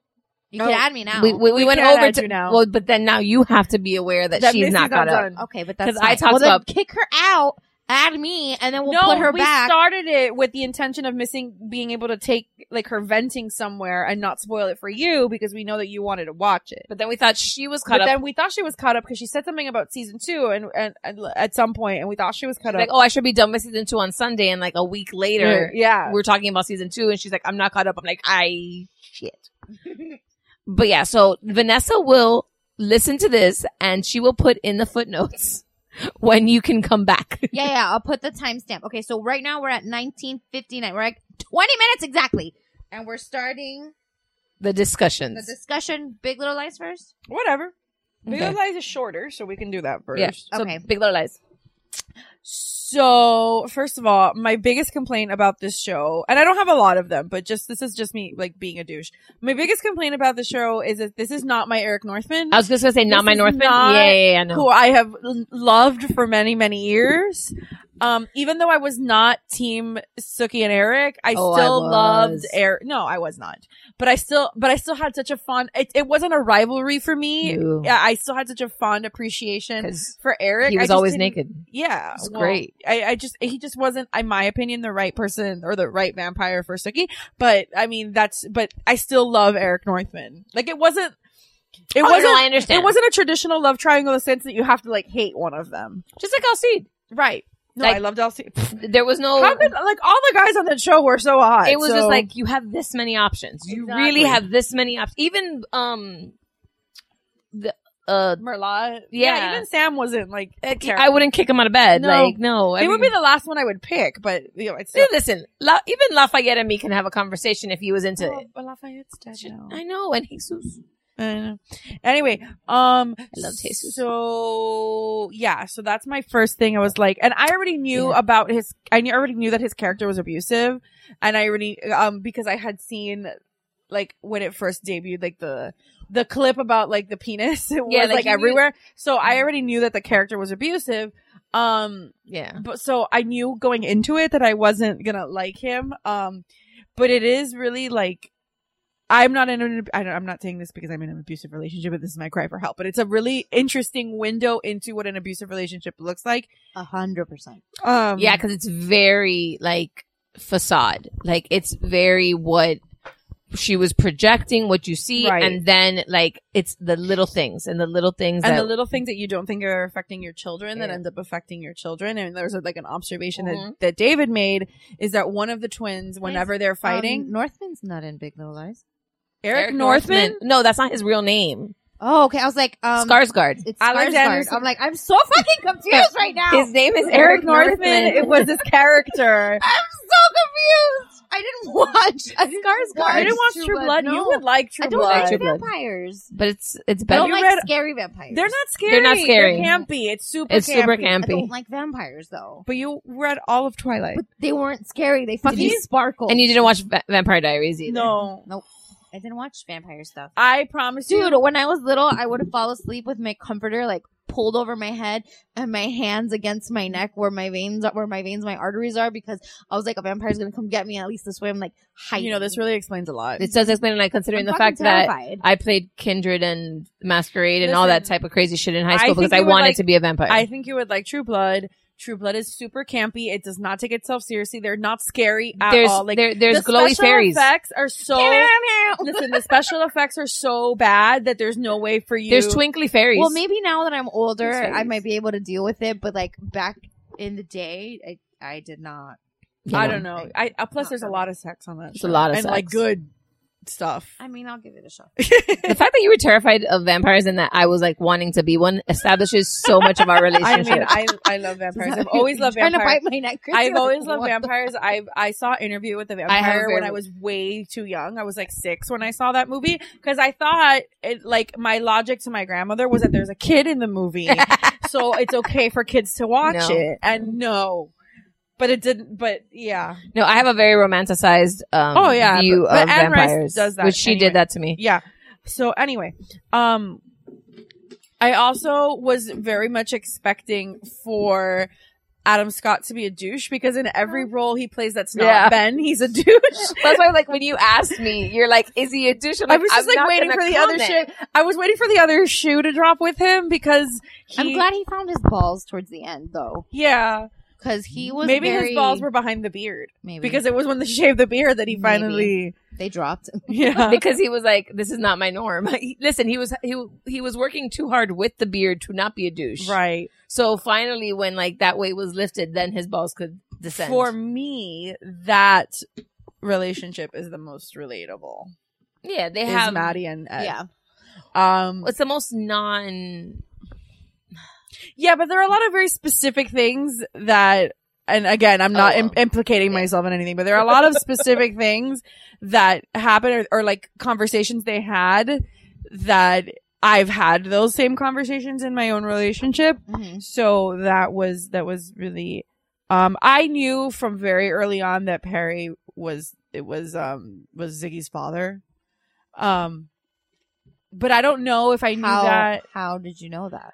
Speaker 7: You
Speaker 11: Oh,
Speaker 7: can add me now.
Speaker 10: we, we, we
Speaker 11: We
Speaker 10: went
Speaker 11: can't
Speaker 10: over
Speaker 11: add
Speaker 10: to
Speaker 11: you now.
Speaker 10: well, but then now you have to be aware that,
Speaker 11: That
Speaker 10: she's
Speaker 11: Missy's
Speaker 10: not caught up.
Speaker 11: done.
Speaker 7: okay, but that's
Speaker 10: 'Cause I
Speaker 7: fine.
Speaker 10: talked
Speaker 7: well, then
Speaker 10: about-
Speaker 7: kick her out, add me, and then we'll
Speaker 11: no,
Speaker 7: put her
Speaker 11: we
Speaker 7: back.
Speaker 11: started it with the intention of missing being able to take like her venting somewhere and not spoil it for you because we know that you wanted to watch it.
Speaker 10: But then we thought she was
Speaker 11: But
Speaker 10: caught up.
Speaker 11: then we thought she was caught up because she said something about season two and, and, and at some point, and we thought she was caught
Speaker 10: like,
Speaker 11: up.
Speaker 10: oh, I should be done with season two on Sunday, and like a week later,
Speaker 11: yeah,
Speaker 10: we're talking about season two, and she's like, I'm not caught up. I'm like, I shit. but yeah, so Vanessa will listen to this, and she will put in the footnotes when you can come back.
Speaker 7: yeah, yeah, I'll put the timestamp. Okay, so right now we're at 1959. We're at 20 minutes exactly. And we're starting
Speaker 10: the discussions.
Speaker 7: the discussion. Big Little Lies first?
Speaker 11: whatever. Big
Speaker 10: Okay.
Speaker 11: Little Lies is shorter, so we can do that first.
Speaker 10: yeah. So,
Speaker 7: Okay.
Speaker 10: Big Little Lies.
Speaker 11: So, first of all, my biggest complaint about this show, and I don't have a lot of them, but just this is just me like being a douche. My biggest complaint about the show is that this is not my Eric Northman,
Speaker 10: I was just gonna say, not
Speaker 11: This
Speaker 10: my
Speaker 11: is
Speaker 10: Northman.
Speaker 11: not
Speaker 10: yeah, yeah, yeah, no.
Speaker 11: who I have l- loved for many, many years. Um, even though I was not team Suki and Eric, I
Speaker 10: Oh, I
Speaker 11: still loved
Speaker 10: was.
Speaker 11: Eric. No, I was not, but I still, but I still had such a fond, it, it wasn't a rivalry for me.
Speaker 10: No.
Speaker 11: Yeah, I still had such a fond appreciation
Speaker 10: 'Cause
Speaker 11: for Eric.
Speaker 10: he
Speaker 11: I
Speaker 10: was
Speaker 11: just
Speaker 10: always
Speaker 11: didn't-
Speaker 10: naked.
Speaker 11: yeah,
Speaker 10: It's great.
Speaker 11: I, I just he just wasn't, in my opinion, the right person or the right vampire for Suki. But I mean, that's but I still love Eric Northman. Like it wasn't, it
Speaker 10: Oh, no,
Speaker 11: wasn't.
Speaker 10: I understand.
Speaker 11: It wasn't a traditional love triangle in the sense that you have to like hate one of them.
Speaker 10: Just like Alcide.
Speaker 11: Right. No,
Speaker 10: Like-
Speaker 11: I loved Elsie.
Speaker 10: There was no.
Speaker 11: How could, like all the guys on that show were so hot.
Speaker 10: it was
Speaker 11: so-
Speaker 10: just like you have this many options. You really
Speaker 11: Exactly.
Speaker 10: have this many options. Even um, the uh,
Speaker 11: Merlot.
Speaker 10: Yeah.
Speaker 11: even Sam wasn't like.
Speaker 10: I wouldn't kick him out of bed.
Speaker 11: No.
Speaker 10: Like no, I
Speaker 11: They would be
Speaker 10: mean-
Speaker 11: the last one I would pick, but you know, it's
Speaker 10: See, listen. La- even Lafayette and me can have a conversation if he was into
Speaker 11: Oh,
Speaker 10: it.
Speaker 11: but Lafayette's dead now.
Speaker 10: I know, and Jesus.
Speaker 11: I know. Anyway, um,
Speaker 10: I love Jesus.
Speaker 11: So yeah, so that's my first thing. I was like, and I already knew about his. I knew, already knew that his character was abusive, and I already um because I had seen like when it first debuted, like the the clip about like the penis it
Speaker 10: Yeah,
Speaker 11: was
Speaker 10: like,
Speaker 11: like
Speaker 10: you knew-
Speaker 11: everywhere. So I already knew that the character was abusive. Um,
Speaker 10: Yeah,
Speaker 11: but so I knew going into it that I wasn't gonna like him. Um, but it is really like I'm not in an I don't, I'm not saying this because I'm in an abusive relationship, but this is my cry for help. But it's a really interesting window into what an abusive relationship looks like.
Speaker 7: A hundred percent.
Speaker 11: Um,
Speaker 10: yeah, because it's very like facade. Like it's very what she was projecting, what you see,
Speaker 11: Right.
Speaker 10: and then like it's the little things and the little things
Speaker 11: and
Speaker 10: that
Speaker 11: the little things that you don't think are affecting your children that
Speaker 10: Yeah.
Speaker 11: end up affecting your children. And there's like an observation
Speaker 10: Mhm.
Speaker 7: Mm-hmm.
Speaker 11: that, that David made is that one of the twins, whenever they're fighting,
Speaker 7: Um, Northman's not in Big Little Lies.
Speaker 11: Eric, Northman,
Speaker 10: No, that's not his real name.
Speaker 7: Oh, okay. I was like, um,
Speaker 10: Skarsgård.
Speaker 7: it's
Speaker 11: Alexander-
Speaker 7: Skarsgård. I'm like, I'm so fucking confused right now.
Speaker 10: His name is
Speaker 11: Eric Northman, it was his character.
Speaker 7: I'm so
Speaker 12: so confused. I didn't watch Scar's Guard.
Speaker 7: I didn't watch True Blood. You would like True
Speaker 12: I don't
Speaker 7: Blood.
Speaker 12: like
Speaker 7: True Blood.
Speaker 12: vampires.
Speaker 10: But it's it's
Speaker 12: I
Speaker 10: better.
Speaker 12: don't like scary vampires.
Speaker 7: They're not scary.
Speaker 10: They're not scary.
Speaker 7: They're campy. It's super.
Speaker 10: It's super campy.
Speaker 12: I don't like vampires though.
Speaker 7: But you read all of Twilight.
Speaker 12: But they weren't scary. They fucking
Speaker 10: you-
Speaker 12: sparkled.
Speaker 10: and you didn't watch Va- Vampire Diaries either.
Speaker 7: No.
Speaker 12: Nope. I didn't watch vampire stuff.
Speaker 7: I promise you.
Speaker 12: Dude, when I was little, I would fall asleep with my comforter like pulled over my head and my hands against my neck where my veins are, where my veins, my arteries are, because I was like, a vampire's gonna come get me. At least this way, I'm like hiding.
Speaker 7: You know, this really explains a lot.
Speaker 10: It does explain, and I considering
Speaker 12: I'm
Speaker 10: the
Speaker 12: fucking
Speaker 10: fact that
Speaker 12: terrified.
Speaker 10: I played Kindred and Masquerade and all that
Speaker 7: Listen,
Speaker 10: type of crazy shit in high
Speaker 7: I
Speaker 10: school because
Speaker 7: think
Speaker 10: I
Speaker 7: you would
Speaker 10: wanted
Speaker 7: like-
Speaker 10: to be a vampire.
Speaker 7: I think you would like True Blood. True Blood is super campy. It does not take itself seriously. They're not scary at
Speaker 10: There's-
Speaker 7: all. Like
Speaker 10: there- there's
Speaker 7: the
Speaker 10: glowy
Speaker 7: special
Speaker 10: fairies.
Speaker 7: Effects are so. listen, the special effects are so bad that there's no way for you.
Speaker 10: There's twinkly fairies.
Speaker 12: Well, maybe now that I'm older,
Speaker 7: These
Speaker 12: I might be able to deal with it. But like back in the day, I I did not.
Speaker 10: You
Speaker 7: I don't know. I uh, plus there's a lot of sex on that.
Speaker 10: It's
Speaker 7: show.
Speaker 10: a lot of
Speaker 7: and like
Speaker 10: sex.
Speaker 7: good stuff.
Speaker 12: I mean, I'll give it a shot.
Speaker 10: the fact that you were terrified of vampires and that I was like wanting to be one establishes so much of our
Speaker 7: I
Speaker 10: relationship.
Speaker 7: mean, I I love vampires. I've always loved
Speaker 12: trying to
Speaker 7: vampires.
Speaker 12: bite my neck. Chrissy.
Speaker 7: I've
Speaker 12: Like,
Speaker 7: always loved
Speaker 12: what the-
Speaker 7: vampires. I I saw Interview with the
Speaker 10: have
Speaker 7: Vampire when
Speaker 10: very-
Speaker 7: I was way too young. I was like six when I saw that movie because I thought it, like my logic to my grandmother was that there's a kid in the movie, so it's okay for kids to watch
Speaker 10: No.
Speaker 7: it. And no, but it didn't. But yeah,
Speaker 10: no, I have a very romanticized um,
Speaker 7: Oh, yeah,
Speaker 10: view
Speaker 7: but- but
Speaker 10: of
Speaker 7: Anne Rice
Speaker 10: vampires,
Speaker 7: does that
Speaker 10: which she
Speaker 7: anyway.
Speaker 10: did that to me.
Speaker 7: yeah. So anyway, um, I also was very much expecting for. Adam Scott to be a douche because in every role he plays that's not
Speaker 10: Yeah.
Speaker 7: Ben, he's a douche.
Speaker 10: That's why, like, when you asked me, you're like, "Is he a douche?" I'm
Speaker 7: I was just
Speaker 10: "I'm
Speaker 7: like
Speaker 10: not
Speaker 7: waiting for
Speaker 10: gonna
Speaker 7: the other
Speaker 10: comment."
Speaker 7: shit. I was waiting for the other shoe to drop with him because he,
Speaker 12: I'm glad he found his balls towards the end though,
Speaker 7: Yeah,
Speaker 12: because he was
Speaker 7: maybe
Speaker 12: very-
Speaker 7: his balls were behind the beard
Speaker 12: maybe
Speaker 7: because it was when they shaved the beard that he finally.
Speaker 12: they dropped.
Speaker 7: Yeah,
Speaker 10: because he was like, "This is not my norm." He- Listen, he was he he was working too hard with the beard to not be a douche.
Speaker 7: right.
Speaker 10: So finally, when like that weight was lifted, then his balls could descend.
Speaker 7: For me, that relationship is the most relatable.
Speaker 10: yeah, they
Speaker 7: Is
Speaker 10: have.
Speaker 7: Maddie and Ed.
Speaker 12: yeah,
Speaker 7: Um,
Speaker 10: It's the most non.
Speaker 7: Yeah, but there are a lot of very specific things that, and again, I'm not
Speaker 10: Oh,
Speaker 7: im-
Speaker 10: well.
Speaker 7: implicating myself in anything, but there are a lot of specific things that happen or, or like conversations they had that I've had those same conversations in my own relationship.
Speaker 12: Mhm.
Speaker 7: So that was, that was really, um, I knew from very early on that Perry was, it was, um, was Ziggy's father. Um, but I don't know if I knew
Speaker 12: How
Speaker 7: that
Speaker 12: how did you know that?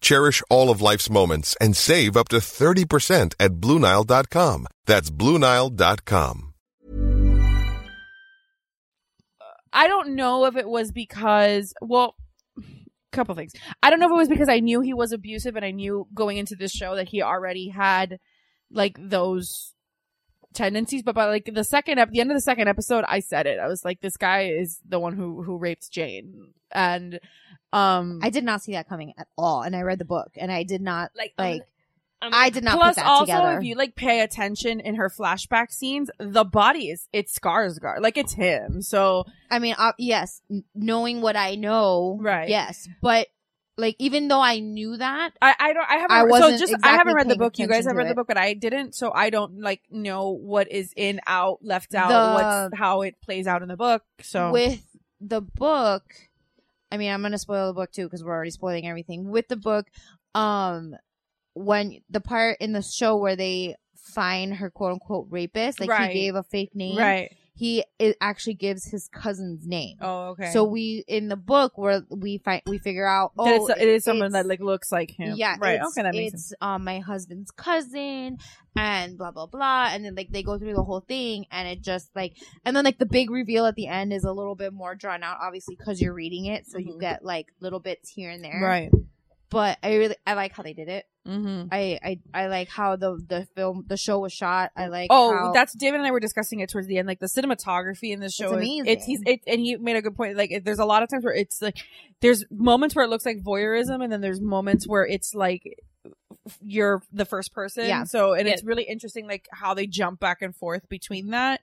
Speaker 13: Cherish all of life's moments and save up to 30% at BlueNile.com. That's BlueNile.com.
Speaker 7: I don't know if it was because well couple things. I don't know if it was because I knew he was abusive and I knew going into this show that he already had like those tendencies but by like the second ep- the end of the second episode I said it. I was like this guy is the one who who raped Jane and um
Speaker 12: I did not see that coming at all, and I read the book, and I did not
Speaker 10: Like,
Speaker 12: like.
Speaker 10: I'm- I'm-
Speaker 12: I did not
Speaker 7: Um, Plus,
Speaker 12: put that
Speaker 7: also,
Speaker 12: together.
Speaker 7: if you like pay attention in her flashback scenes, the body is it's Skarsgård, like it's him. So
Speaker 12: I mean, uh, yes, n- knowing what I know,
Speaker 7: Right.
Speaker 12: Yes, but like even though I knew that,
Speaker 7: I, I don't I haven't
Speaker 12: I
Speaker 7: so
Speaker 12: wasn't
Speaker 7: just I
Speaker 12: exactly
Speaker 7: haven't read the
Speaker 12: paying
Speaker 7: book. You guys
Speaker 12: attention
Speaker 7: have
Speaker 12: to
Speaker 7: read the
Speaker 12: it.
Speaker 7: book, but I didn't, so I don't like know what is in, out, left out,
Speaker 12: The-
Speaker 7: what's how it plays out in the book. So
Speaker 12: with the book, I mean, I'm gonna spoil the book too because we're already spoiling everything with the book. Um, when the part in the show where they find her quote unquote rapist, like
Speaker 7: Right.
Speaker 12: he gave a fake name,
Speaker 7: right. he it actually gives his cousin's name.
Speaker 11: Oh, okay.
Speaker 7: So we in the book where we find we figure out oh
Speaker 11: That it's, it is someone that like looks like him.
Speaker 7: yeah
Speaker 11: right.
Speaker 7: it's-
Speaker 11: Okay, that makes
Speaker 7: it's
Speaker 11: sense.
Speaker 7: um my husband's cousin and blah blah blah and then like they go through the whole thing and it just like and then like the big reveal at the end is a little bit more drawn out obviously because you're reading it so you get like little bits here and there
Speaker 11: Mm-hmm. Right.
Speaker 7: but I really I like how they did it
Speaker 11: Mhm.
Speaker 7: I, I I like how the the film the show was shot I like
Speaker 11: oh,
Speaker 7: how-
Speaker 11: that's David and I were discussing it towards the end. Like the cinematography in this show,
Speaker 7: It's
Speaker 11: is-
Speaker 7: amazing.
Speaker 11: It's he's it, and he made a good point. Like it- there's a lot of times where it's like there's moments where it looks like voyeurism, and then there's moments where it's like you're the first person.
Speaker 10: Yeah.
Speaker 11: So and it's
Speaker 10: Yeah.
Speaker 11: really interesting, like how they jump back and forth between that.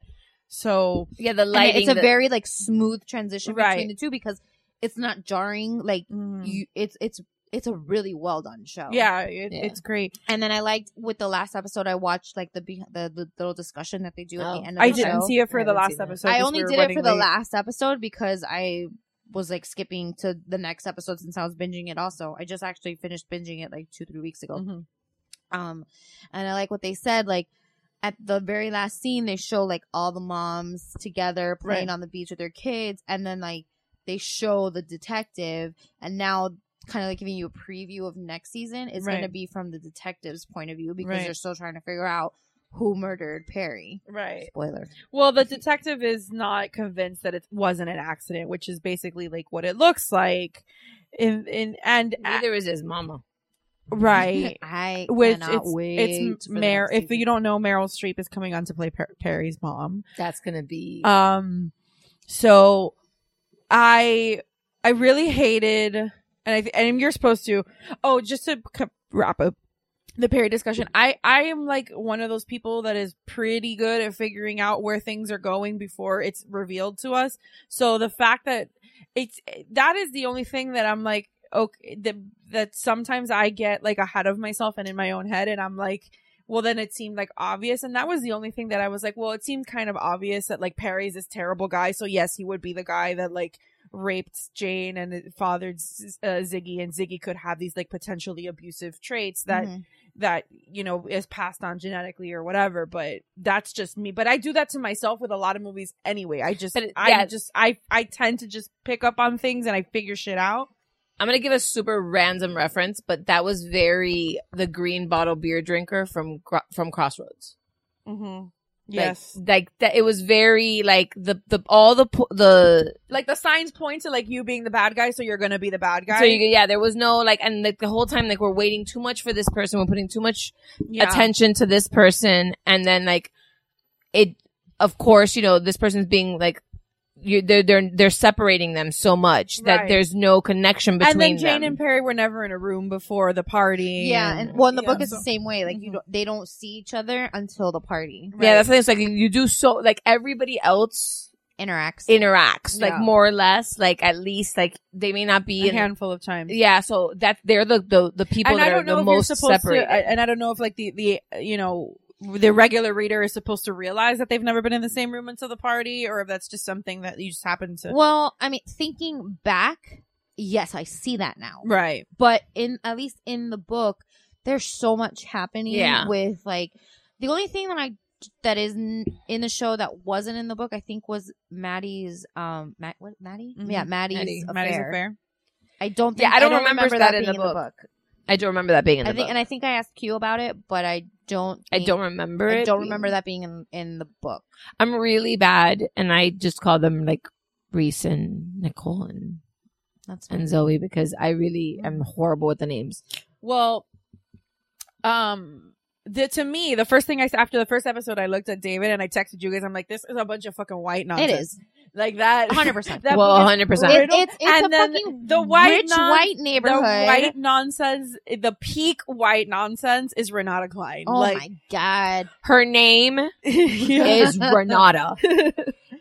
Speaker 11: So
Speaker 10: yeah, the
Speaker 7: And it- it's a very like smooth transition
Speaker 11: Right.
Speaker 7: between the two because it's not jarring like you it's it's it's a really well done show
Speaker 11: Yeah, it- it's great.
Speaker 7: And then I liked with the last episode, I watched like the beh- the, the little discussion that they do at
Speaker 11: Oh.
Speaker 7: the end. of
Speaker 11: I
Speaker 7: the
Speaker 11: didn't
Speaker 7: show.
Speaker 11: see it for I the haven't last seen that. episode
Speaker 7: I
Speaker 11: 'cause
Speaker 7: only
Speaker 11: we were
Speaker 7: did it
Speaker 11: running
Speaker 7: for the
Speaker 11: late.
Speaker 7: last episode because I was like skipping to the next episode since I was binging it. Also, I just actually finished binging it like two three weeks ago.
Speaker 11: Mm-hmm.
Speaker 7: Um, and I like what they said. Like at the very last scene, they show like all the moms together playing
Speaker 11: Right.
Speaker 7: on the beach with their kids, and then like they show the detective, and now kind of like giving you a preview of next season is going to
Speaker 11: Right.
Speaker 7: be from the detective's point of view because
Speaker 11: Right.
Speaker 7: they're still trying to figure out who murdered Perry.
Speaker 11: Right.
Speaker 7: Spoiler.
Speaker 11: Well, the detective is not convinced that it wasn't an accident, which is basically like what it looks like. In in and
Speaker 10: Neither is his mama.
Speaker 11: Right.
Speaker 7: I
Speaker 11: Which
Speaker 10: cannot
Speaker 11: it's
Speaker 10: wait
Speaker 11: it's
Speaker 10: for the
Speaker 11: Mer.
Speaker 10: next
Speaker 11: If you don't know, Meryl Streep is coming on to play per- Perry's mom.
Speaker 10: That's gonna be
Speaker 11: Um, so I I really hated, and I th- and you're supposed to. Oh, just to c- wrap up the Perry discussion, I I am like one of those people that is pretty good at figuring out where things are going before it's revealed to us. So the fact that it's that is the only thing that I'm like okay that that sometimes I get like ahead of myself and in my own head, and I'm like. Well, then it seemed like obvious, and that was the only thing that I was like, well, it seemed kind of obvious that like Perry's this terrible guy, so yes, he would be the guy that like raped Jane and fathered Z- uh, Ziggy, and Ziggy could have these like potentially abusive traits that
Speaker 10: Mhm.
Speaker 11: that you know is passed on genetically or whatever. But that's just me. But I do that to myself with a lot of movies anyway. I just I
Speaker 10: yeah.
Speaker 11: just I I tend to just pick up on things and I figure shit out.
Speaker 10: I'm gonna give a super random reference, but that was very the green bottle beer drinker from Gro- from Crossroads.
Speaker 11: Mm-hmm.
Speaker 10: Like-
Speaker 11: Yes.
Speaker 10: like, that. It was very like the the all the po- the
Speaker 11: like the signs point to like you being the bad guy, so you're gonna be the bad guy.
Speaker 10: so you, yeah, there was no like, and like the whole time like we're waiting too much for this person, we're putting too much
Speaker 11: Yeah.
Speaker 10: attention to this person, and then like it, of course, you know this person's being like. You, they're they're they're separating them so much that
Speaker 11: Right.
Speaker 10: there's no connection between
Speaker 11: and then Jane
Speaker 10: them.
Speaker 11: and Perry were never in a room before the party.
Speaker 7: Yeah, and well, in the book it's the same way. Like
Speaker 11: Mm-hmm.
Speaker 7: you, don't, they don't see each other until the party.
Speaker 10: Yeah, that's the thing. It's like you do so like everybody else
Speaker 7: interacts
Speaker 10: interacts like
Speaker 7: Yeah.
Speaker 10: more or less like at least like they may not be
Speaker 11: A
Speaker 10: in-
Speaker 11: handful of times.
Speaker 10: Yeah, so that they're the the, the people
Speaker 11: and
Speaker 10: that
Speaker 11: I don't
Speaker 10: are
Speaker 11: know
Speaker 10: the
Speaker 11: if
Speaker 10: most
Speaker 11: you're supposed
Speaker 10: separated.
Speaker 11: to, I- and I don't know if like the the uh, you know the regular reader is supposed to realize that they've never been in the same room until the party, or if that's just something that you just happen to.
Speaker 7: Well, I mean, thinking back, yes, I see that now.
Speaker 11: Right.
Speaker 7: But in at least in the book, there's so much happening
Speaker 10: Yeah.
Speaker 7: with like the only thing that I that is n- in the show that wasn't in the book, I think was Maddie's um Matt what Maddie?
Speaker 10: Mhm.
Speaker 7: Yeah, Maddie's,
Speaker 10: Maddie-
Speaker 7: affair.
Speaker 10: Maddie's affair.
Speaker 7: I don't think
Speaker 10: yeah, I don't, remember, that,
Speaker 7: being
Speaker 10: in, the book. I don't remember that being in
Speaker 7: I
Speaker 10: the
Speaker 7: think
Speaker 10: book.
Speaker 7: and I think I asked Q about it, but I don't
Speaker 10: I
Speaker 7: think-
Speaker 10: don't remember
Speaker 7: I
Speaker 10: it
Speaker 7: don't
Speaker 10: being-
Speaker 7: remember that being in, in the book.
Speaker 10: I'm really bad, and I just call them like Reese and Nicole and
Speaker 7: That's fine.
Speaker 10: and Zoe because I really am horrible with the names.
Speaker 11: Well, um, the, to me, the first thing I s- after the first episode, I looked at David and I texted you guys. I'm like, this is a bunch of fucking white nonsense.
Speaker 7: is.
Speaker 11: like that,
Speaker 7: 100%.
Speaker 11: that
Speaker 10: Well,
Speaker 11: book is
Speaker 10: 100%.
Speaker 11: riddled.
Speaker 10: It- it's- it's
Speaker 11: and
Speaker 10: a
Speaker 11: then
Speaker 10: fucking
Speaker 11: the white
Speaker 10: rich
Speaker 11: non-
Speaker 10: white
Speaker 11: The
Speaker 10: neighborhood.
Speaker 11: white nonsense, the peak white nonsense is Renata Klein.
Speaker 10: Oh
Speaker 11: like,
Speaker 10: my
Speaker 7: god,
Speaker 10: her name is Renata.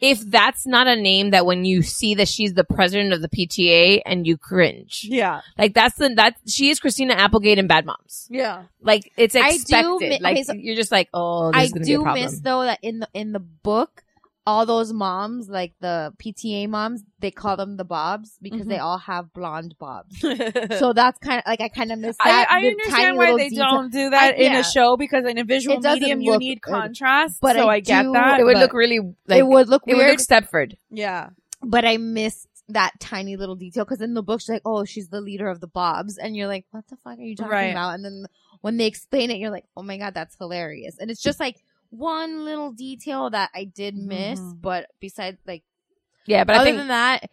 Speaker 10: if that's not a name that when you see that she's the president of the PTA and you cringe,
Speaker 11: yeah,
Speaker 10: like that's the that she is Christina Applegate in Bad Moms.
Speaker 11: Yeah.
Speaker 10: Like it's
Speaker 7: I do
Speaker 10: expected.
Speaker 7: mi-
Speaker 10: like
Speaker 7: okay, so-
Speaker 10: you're just like, oh, this
Speaker 7: I
Speaker 10: is gonna be a
Speaker 7: do
Speaker 10: problem.
Speaker 7: miss though that in the in the book, all those moms, like the PTA moms, they call them the bobs because
Speaker 11: Mm-hmm.
Speaker 7: they all have blonde bobs. so that's kind of like I kind of miss
Speaker 11: I,
Speaker 7: that.
Speaker 11: I
Speaker 7: the tiny
Speaker 11: understand why
Speaker 7: little
Speaker 11: they
Speaker 7: detail.
Speaker 11: don't do that
Speaker 7: I-
Speaker 11: in
Speaker 7: yeah.
Speaker 11: a show because in a visual
Speaker 7: It doesn't
Speaker 11: medium you
Speaker 7: look
Speaker 11: need
Speaker 7: good.
Speaker 11: contrast.
Speaker 7: But
Speaker 11: so I,
Speaker 7: I
Speaker 11: get
Speaker 7: do-
Speaker 11: that.
Speaker 7: It would look
Speaker 10: really
Speaker 7: it would look
Speaker 10: it would
Speaker 7: weird.
Speaker 10: look Stepford.
Speaker 11: Yeah.
Speaker 7: But I missed that tiny little detail because in the book she's like, "Oh, she's the leader of the Bobs," and you're like, "What the fuck are you talking
Speaker 11: Right.
Speaker 7: about?" And then when they explain it, you're like, "Oh my god, that's hilarious!" And it's just like one little detail that I did miss, but besides, like,
Speaker 10: Yeah, Mm-hmm. but I
Speaker 7: other
Speaker 10: think-
Speaker 7: than that,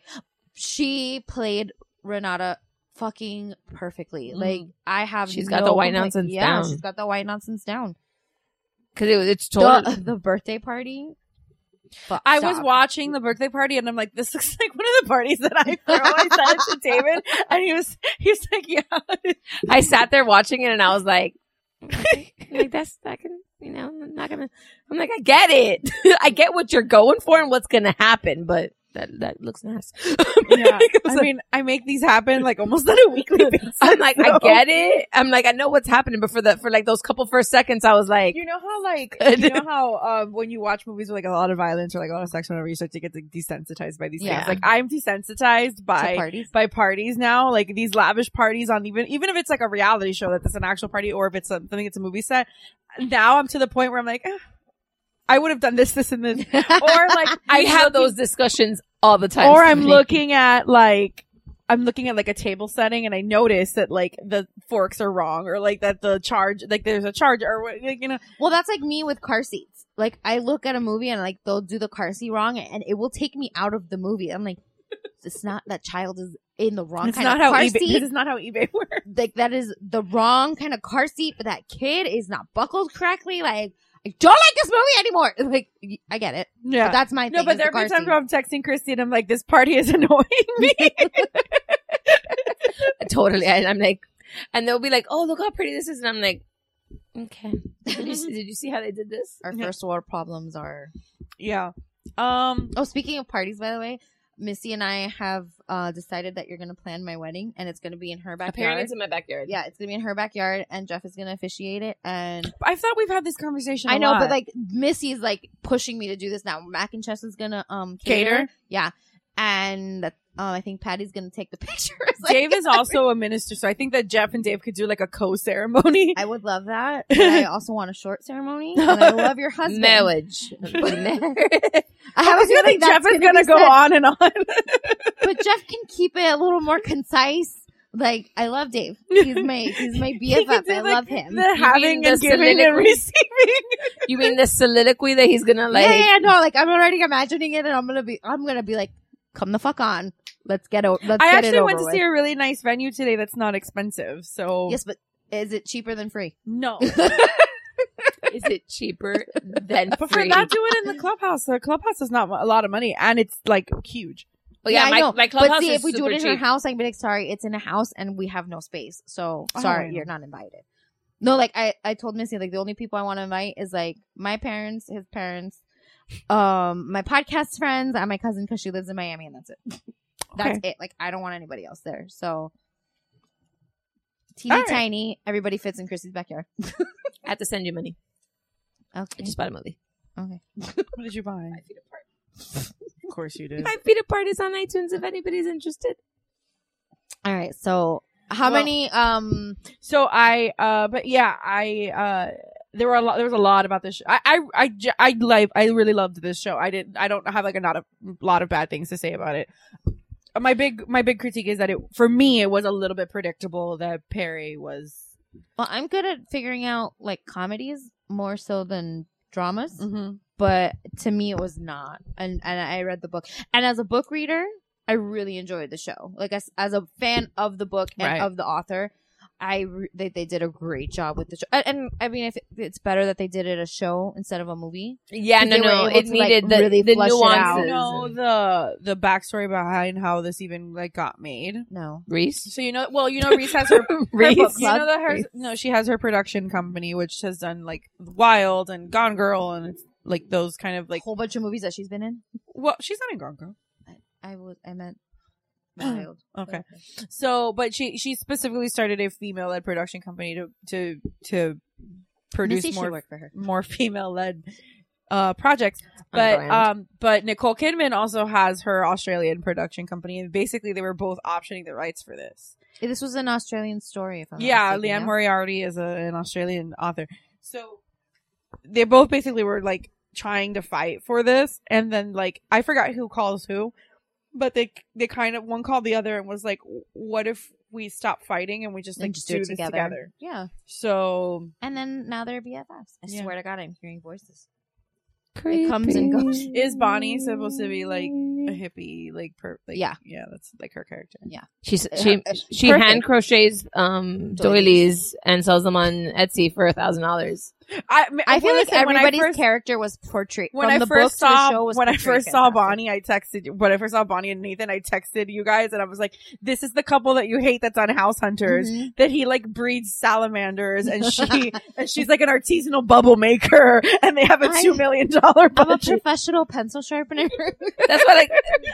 Speaker 7: she played Renata fucking perfectly. Like, I have
Speaker 10: Mm. She's got
Speaker 7: no
Speaker 10: the white
Speaker 7: complaint-
Speaker 10: nonsense
Speaker 7: yeah,
Speaker 10: down.
Speaker 7: she's got the white nonsense down.
Speaker 10: because it, it's
Speaker 7: The,
Speaker 10: totally.
Speaker 7: the birthday party. Fuck,
Speaker 11: I was
Speaker 7: stop.
Speaker 11: watching the birthday party and I'm like, this looks like one of the parties that I throw. I sent it to David and he was he was like, yeah.
Speaker 10: I sat there watching it and I was like, like that's not gonna, you know, I'm not gonna. I'm like, I get it. I get what you're going for and what's gonna happen, but that that looks nice.
Speaker 11: yeah. I mean, I make these happen like almost on a weekly basis.
Speaker 10: I'm like, I
Speaker 11: so-
Speaker 10: get it. I'm like, I know what's happening, but for the for like those couple first seconds, I was like,
Speaker 11: You know how like
Speaker 10: good.
Speaker 11: you know how um, when you watch movies with like a lot of violence or like a lot of sex, whenever you start to get like, desensitized by these
Speaker 10: Yeah.
Speaker 11: things. Like I'm desensitized by
Speaker 7: parties?
Speaker 11: by parties now. Like these lavish parties on even even if it's like a reality show that that's an actual party or if it's something it's a movie set. Now I'm to the point where I'm like, "Eh, I would have done this, this, and this, or like
Speaker 10: I
Speaker 11: I'm
Speaker 10: have
Speaker 11: looking-
Speaker 10: those discussions all the time.
Speaker 11: or I'm looking at like I'm looking at like a table setting and I notice that like the forks are wrong or like that the charge like there's a charge or what like you know
Speaker 7: Well, that's like me with car seats. Like I look at a movie and like they'll do the car seat wrong, and it will take me out of the movie. I'm like, it's not that child is in the wrong
Speaker 11: It's
Speaker 7: kind
Speaker 11: not
Speaker 7: of
Speaker 11: how
Speaker 7: car
Speaker 11: eBay-
Speaker 7: seat.
Speaker 11: this is not how eBay works.
Speaker 7: Like that is the wrong kind of car seat, but that kid is not buckled correctly. Like I don't like this movie anymore. Like y- I get it.
Speaker 11: Yeah.
Speaker 7: but that's my
Speaker 11: No,
Speaker 7: thing,
Speaker 11: but
Speaker 7: is the
Speaker 11: there have
Speaker 7: car
Speaker 11: been times
Speaker 7: seat.
Speaker 11: where I'm texting Christy and I'm like, this party is annoying me.
Speaker 10: totally, and I'm like, and they'll be like, oh, look how pretty this is, and I'm like, okay. Did you see, did you see how they did this?
Speaker 7: Our first world problems are.
Speaker 11: Yeah. Um.
Speaker 7: Oh, speaking of parties, by the way, Missy and I have uh, decided that you're going to plan my wedding, and it's going to be in her backyard.
Speaker 10: Apparently, it's in my backyard.
Speaker 7: Yeah, it's gonna be in her backyard, and Jeff is gonna officiate it. And
Speaker 11: I thought we've had this conversation. I
Speaker 7: I know, but like Missy's like pushing me to do this now. Mac and Chess is gonna um cater.
Speaker 11: Cater?
Speaker 7: yeah, and that, um, I think Patty's gonna take the pictures.
Speaker 11: Dave is also a minister, so I think that Jeff and Dave could do like a co ceremony.
Speaker 7: I would love that. But I also want a short ceremony. And I love your husband.
Speaker 10: Marriage.
Speaker 7: I have a feeling
Speaker 11: was
Speaker 7: that's
Speaker 11: feeling Jeff
Speaker 7: gonna
Speaker 11: is gonna
Speaker 7: be
Speaker 11: go
Speaker 7: said.
Speaker 11: on and on.
Speaker 7: but Jeff can keep it a little more concise. Like I love Dave. He's my he's my BFF. I love him.
Speaker 11: The having and giving and receiving.
Speaker 10: You mean the soliloquy that he's gonna like?
Speaker 7: yeah, yeah, yeah, no, like I'm already imagining it, and I'm gonna be, I'm gonna be like, come the fuck on, let's get out, let's
Speaker 11: I
Speaker 7: get it
Speaker 11: actually
Speaker 7: over
Speaker 11: went to
Speaker 7: with.
Speaker 11: see a really nice venue today that's not expensive. So
Speaker 7: yes, but is it cheaper than free?
Speaker 11: no.
Speaker 10: Is it cheaper than
Speaker 11: But for
Speaker 10: free?
Speaker 11: not doing it in the clubhouse, the clubhouse is not a lot of money, and it's like huge.
Speaker 10: Oh, yeah, my- my
Speaker 7: but
Speaker 10: clubhouse
Speaker 7: see,
Speaker 10: is
Speaker 7: if we do
Speaker 10: super
Speaker 7: it in a
Speaker 10: cheap.
Speaker 7: house, I'd be like, sorry, it's in a house, and we have no space, so
Speaker 11: Oh,
Speaker 7: sorry,
Speaker 11: I
Speaker 7: you're not invited. No, like I, I told Missy, like the only people I want to invite is like my parents, his parents, um, my podcast friends, and my cousin because she lives in Miami, and that's it. That's
Speaker 11: Okay.
Speaker 7: it. Like I don't want anybody else there. So teeny
Speaker 10: All right.
Speaker 7: tiny, everybody fits in Chrissy's backyard.
Speaker 10: I have to send you money.
Speaker 7: Okay.
Speaker 10: I just bought a movie.
Speaker 7: Okay.
Speaker 11: What did you buy? Of course you did.
Speaker 10: My feet apart is on iTunes if anybody's interested.
Speaker 7: All right. So how
Speaker 11: Well-
Speaker 7: many? Um.
Speaker 11: So I, uh, but yeah, I, uh, there were a lot, there was a lot about this. Show. I, I, I, j- I like, I really loved this show. I didn't, I don't have like a not a lot of bad things to say about it. Uh, My big, my big critique is that it, for me, it was a little bit predictable that Perry was,
Speaker 7: Well, I'm good at figuring out like comedies more so than dramas,
Speaker 11: Mhm.
Speaker 7: but to me it was not. And and I read the book, and as a book reader, I really enjoyed the show. Like as as a fan of the book and
Speaker 11: Right.
Speaker 7: of the author. I re- they they did a great job with the show, and, and I mean, if it, it's better that they did it a show instead of a movie.
Speaker 10: Yeah,
Speaker 7: 'Cause
Speaker 10: no,
Speaker 7: they were
Speaker 10: no,
Speaker 7: able
Speaker 10: it
Speaker 7: to, like,
Speaker 10: needed the- the
Speaker 7: flesh it out.
Speaker 10: nuances.
Speaker 11: you know, the, the backstory behind how this even like got made.
Speaker 7: No,
Speaker 10: Reese?
Speaker 11: So you know, well, you know, Reese has her, her
Speaker 10: Reese.
Speaker 11: book club. You know that her,
Speaker 10: Reese.
Speaker 11: no, she has her production company, which has done like Wild and Gone Girl and it's like those kind of like.
Speaker 7: a whole bunch of movies that she's been in.
Speaker 11: Well, she's not in Gone Girl.
Speaker 7: I was I meant wild.
Speaker 11: Okay, so but she she specifically started a female led production company to to to produce
Speaker 7: Missy should
Speaker 11: more
Speaker 7: work for her.
Speaker 11: more female led uh, projects. But
Speaker 10: brand.
Speaker 11: um, but Nicole Kidman also has her Australian production company, and basically they were both optioning the rights for this.
Speaker 7: This was an Australian story, if I'm not
Speaker 11: yeah,
Speaker 7: mistaken,
Speaker 11: Leanne
Speaker 7: no?
Speaker 11: Moriarty is a, an Australian author, so they both basically were like trying to fight for this, and then like I forgot who calls who, but they they kind of one called the other and was like, "What if we stop fighting and we just
Speaker 7: And
Speaker 11: like
Speaker 7: just
Speaker 11: do, this together?"
Speaker 7: Yeah.
Speaker 11: So
Speaker 7: And then now they're BFFs. I
Speaker 11: Yeah.
Speaker 7: swear to God, I'm hearing voices. It comes and goes.
Speaker 11: Is Bonnie supposed to be like a hippie? Like, per- like yeah, yeah, that's like her character.
Speaker 7: Yeah,
Speaker 10: She's she she
Speaker 11: Perfect.
Speaker 10: hand crochets um
Speaker 11: Doilies.
Speaker 10: doilies and sells them on Etsy for a thousand dollars.
Speaker 11: I,
Speaker 7: I feel
Speaker 11: well,
Speaker 7: like
Speaker 11: listen, when I
Speaker 7: everybody's
Speaker 11: first-
Speaker 7: character was portrayed
Speaker 11: When
Speaker 7: from
Speaker 11: I
Speaker 7: the
Speaker 11: first
Speaker 7: book to the show
Speaker 11: saw
Speaker 7: was
Speaker 11: when I
Speaker 7: portrayed
Speaker 11: first saw
Speaker 7: fantastic.
Speaker 11: Bonnie, I texted when I first saw Bonnie and Nathan, I texted you guys and I was like, "This is the couple that you hate that's on House Hunters
Speaker 7: Mhm.
Speaker 11: that he like breeds salamanders and she and she's like an artisanal bubble maker and they have a
Speaker 7: I-
Speaker 11: two million dollar
Speaker 7: I'm a
Speaker 11: budget."
Speaker 7: professional pencil sharpener.
Speaker 10: That's what like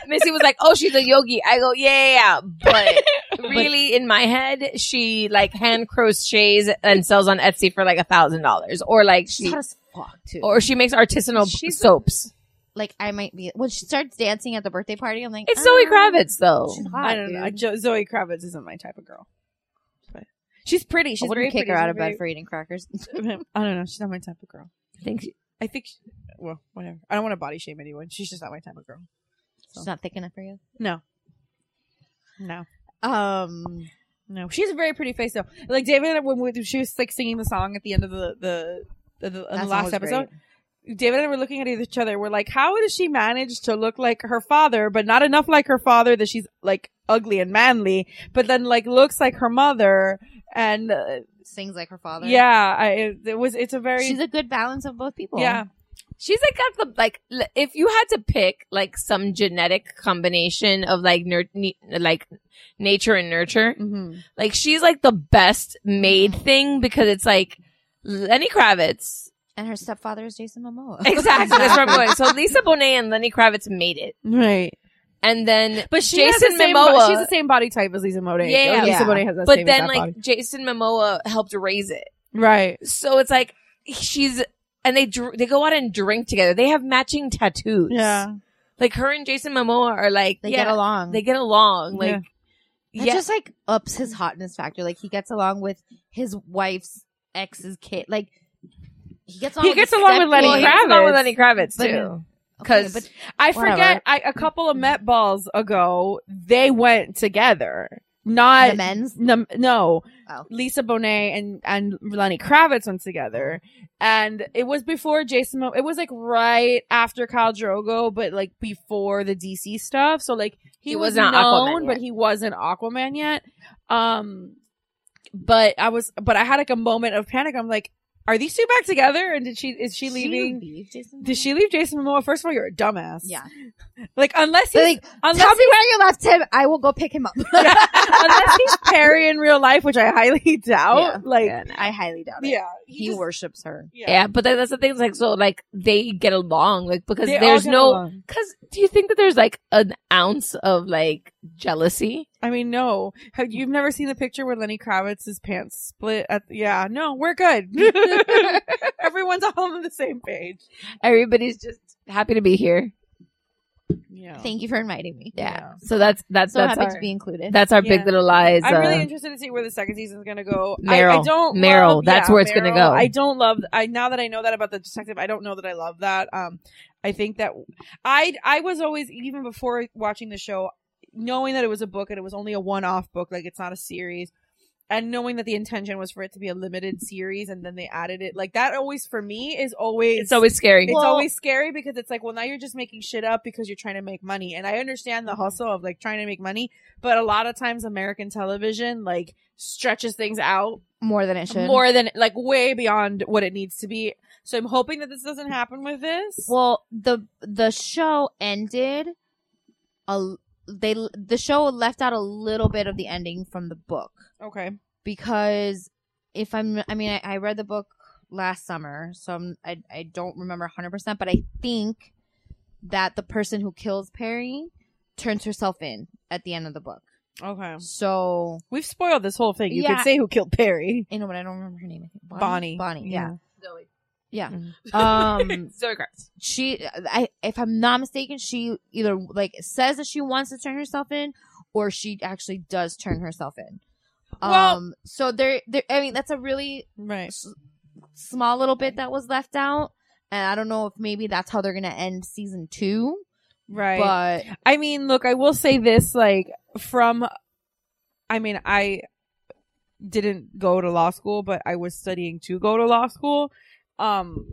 Speaker 10: Missy was like, "Oh, she's a yogi." I go, "Yeah," but really, in my head, she like hand crochets and sells on Etsy for like a thousand dollars, or like
Speaker 7: She's
Speaker 10: she
Speaker 7: hot as fuck too.
Speaker 10: or she makes artisanal soaps.
Speaker 7: like I might be when she starts dancing at the birthday party. I'm like, "Oh,
Speaker 10: It's Zoe Kravitz, though.
Speaker 7: Ah. She's hot,
Speaker 11: Mm-hmm. I don't know.
Speaker 7: dude.
Speaker 11: Jo- Zoe Kravitz isn't my type of girl. But she's pretty. She's
Speaker 7: I wouldn't
Speaker 11: very
Speaker 7: kick
Speaker 11: pretty.
Speaker 7: her
Speaker 11: She's
Speaker 7: out of
Speaker 11: very-
Speaker 7: bed for eating crackers.
Speaker 11: I don't know. She's not my type of girl.
Speaker 10: I think she-
Speaker 11: I think. She, well, whatever. I don't want to body shame anyone. She's just not my type of girl.
Speaker 7: She's not thick enough for you.
Speaker 11: No. No.
Speaker 7: Um.
Speaker 11: No. She has a very pretty face though. Like David, when we, she was like singing the song at the end of the the, the, the,
Speaker 7: That
Speaker 11: in the
Speaker 7: song
Speaker 11: last
Speaker 7: was
Speaker 11: episode. David and I were looking at each other. We're like, how does she manage to look like her father, but not enough like her father that she's like ugly and manly, but then like looks like her mother and uh,
Speaker 7: Sings like her father.
Speaker 11: yeah, I, it, it was. It's a very
Speaker 7: She's a good balance of both people.
Speaker 11: yeah.
Speaker 10: She's like got the like l- if you had to pick like some genetic combination of like ner- ne- like nature and nurture, like she's like the best made thing because it's like Lenny Kravitz.
Speaker 7: And her stepfather is Jason Momoa.
Speaker 10: Exactly, that's where I'm going. So Lisa Bonet and Lenny Kravitz made it,
Speaker 11: right?
Speaker 10: And then
Speaker 11: But she has the
Speaker 10: Jason
Speaker 11: same bo-
Speaker 10: Momoa,
Speaker 11: she's the same body type as Lisa Monet.
Speaker 10: yeah,
Speaker 11: Lisa
Speaker 10: yeah.
Speaker 11: Bonet has that
Speaker 10: but
Speaker 11: same
Speaker 10: then
Speaker 11: exact
Speaker 10: like
Speaker 11: body.
Speaker 10: Jason Momoa helped raise it,
Speaker 11: right?
Speaker 10: so it's like she's and they dr- they go out and drink together. They have matching tattoos.
Speaker 11: Yeah.
Speaker 10: like her and Jason Momoa are like
Speaker 7: They
Speaker 10: yeah,
Speaker 7: get along.
Speaker 10: They get along. Like
Speaker 7: Yeah. That
Speaker 10: yeah.
Speaker 7: just like ups his hotness factor. Like he gets along with his wife's ex's kid. Like he gets along.
Speaker 11: He
Speaker 7: with
Speaker 11: gets
Speaker 7: his
Speaker 11: along with
Speaker 7: stepkid.
Speaker 11: Lenny
Speaker 10: Well,
Speaker 11: Kravitz.
Speaker 10: he gets along with Lenny Kravitz
Speaker 11: But-
Speaker 10: too.
Speaker 7: Okay,
Speaker 10: Because
Speaker 7: but
Speaker 11: I
Speaker 7: Whatever.
Speaker 11: forget. I, a couple of Met balls ago, they went together. Not
Speaker 7: The men's?
Speaker 11: No, no.
Speaker 7: Oh.
Speaker 11: Lisa Bonet and and Lenny Kravitz went together, and it was before Jason. Mo- it was like right after Kyle Drogo, but like before the DC stuff. So like he,
Speaker 10: He
Speaker 11: was
Speaker 10: wasn't Aquaman
Speaker 11: known,
Speaker 10: yet.
Speaker 11: but he wasn't Aquaman yet. Um, but I was, but I had like a moment of panic. I'm like, are these two back together? And did she is she leaving?
Speaker 7: Jason
Speaker 11: Did she leave Jason Momoa? First of all, you're a dumbass.
Speaker 7: Yeah.
Speaker 11: Like unless he's,
Speaker 7: They're like,
Speaker 11: unless,
Speaker 7: Tell me
Speaker 11: he's-
Speaker 7: where you left him. I will go pick him up.
Speaker 11: unless he's Perry in real life, which I highly doubt.
Speaker 7: Yeah.
Speaker 11: Like
Speaker 10: Yeah,
Speaker 7: I highly doubt it.
Speaker 11: yeah,
Speaker 7: He
Speaker 11: just-
Speaker 7: worships her.
Speaker 10: yeah. but that- that's the thing. It's like so, like they get along, like because
Speaker 11: They all
Speaker 10: there's
Speaker 11: get
Speaker 10: no.
Speaker 11: along.
Speaker 10: Because do you think that there's like an ounce of like jealousy?
Speaker 11: I mean, no. Have you've never seen the picture where Lenny Kravitz's pants split at yeah, no, we're good. Everyone's all on the same page.
Speaker 10: Everybody's just happy to be here.
Speaker 11: Yeah.
Speaker 7: Thank you for inviting me.
Speaker 10: Yeah. So that's that's
Speaker 7: So
Speaker 10: that's
Speaker 7: happy
Speaker 10: our,
Speaker 7: to be included.
Speaker 10: that's our
Speaker 11: Yeah.
Speaker 10: big little lies.
Speaker 11: I'm really
Speaker 10: uh,
Speaker 11: interested to see where the second season is going to go. I, I
Speaker 10: Meryl.
Speaker 11: don't
Speaker 10: Meryl,
Speaker 11: love-
Speaker 10: that's
Speaker 11: yeah,
Speaker 10: where it's gonna
Speaker 11: Meryl.
Speaker 10: go.
Speaker 11: I don't love. I now that I know that about the detective, I don't know that I love that. Um, I think that I I was always even before watching the show, knowing that it was a book and it was only a one off book, like it's not a series, and knowing that the intention was for it to be a limited series, and then they added it. Like that always for me is always
Speaker 10: it's always scary.
Speaker 11: it's always scary because it's like, well, now you're just making shit up because you're trying to make money. And I understand the hustle of like trying to make money, but a lot of times American television like stretches things out
Speaker 7: More than it should.
Speaker 11: more than like way beyond what it needs to be. So I'm hoping that this doesn't happen with this.
Speaker 7: Well, the the show ended. A they the show left out a little bit of the ending from the book
Speaker 11: okay.
Speaker 7: because if I'm I mean I, I read the book last summer, so I'm, I I don't remember 100, percent but I think that the person who kills Perry turns herself in at the end of the book.
Speaker 11: Okay.
Speaker 7: So
Speaker 11: We've spoiled this whole thing. You
Speaker 7: Yeah.
Speaker 11: could say who killed Perry.
Speaker 7: you know, but I don't remember her name. I think
Speaker 11: Bonnie.
Speaker 7: Bonnie. Yeah. Yeah. Um,
Speaker 10: Zoe Kravitz.
Speaker 7: she, I, if I'm not mistaken, she either like says that she wants to turn herself in, or she actually does turn herself in.
Speaker 10: Well-
Speaker 7: um, so there, there. I mean, that's a really
Speaker 11: right
Speaker 7: small little bit that was left out, and I don't know if maybe that's how they're gonna end season two.
Speaker 11: Right. But I mean, look, I will say this like from I mean, I didn't go to law school, but I was studying to go to law school. Um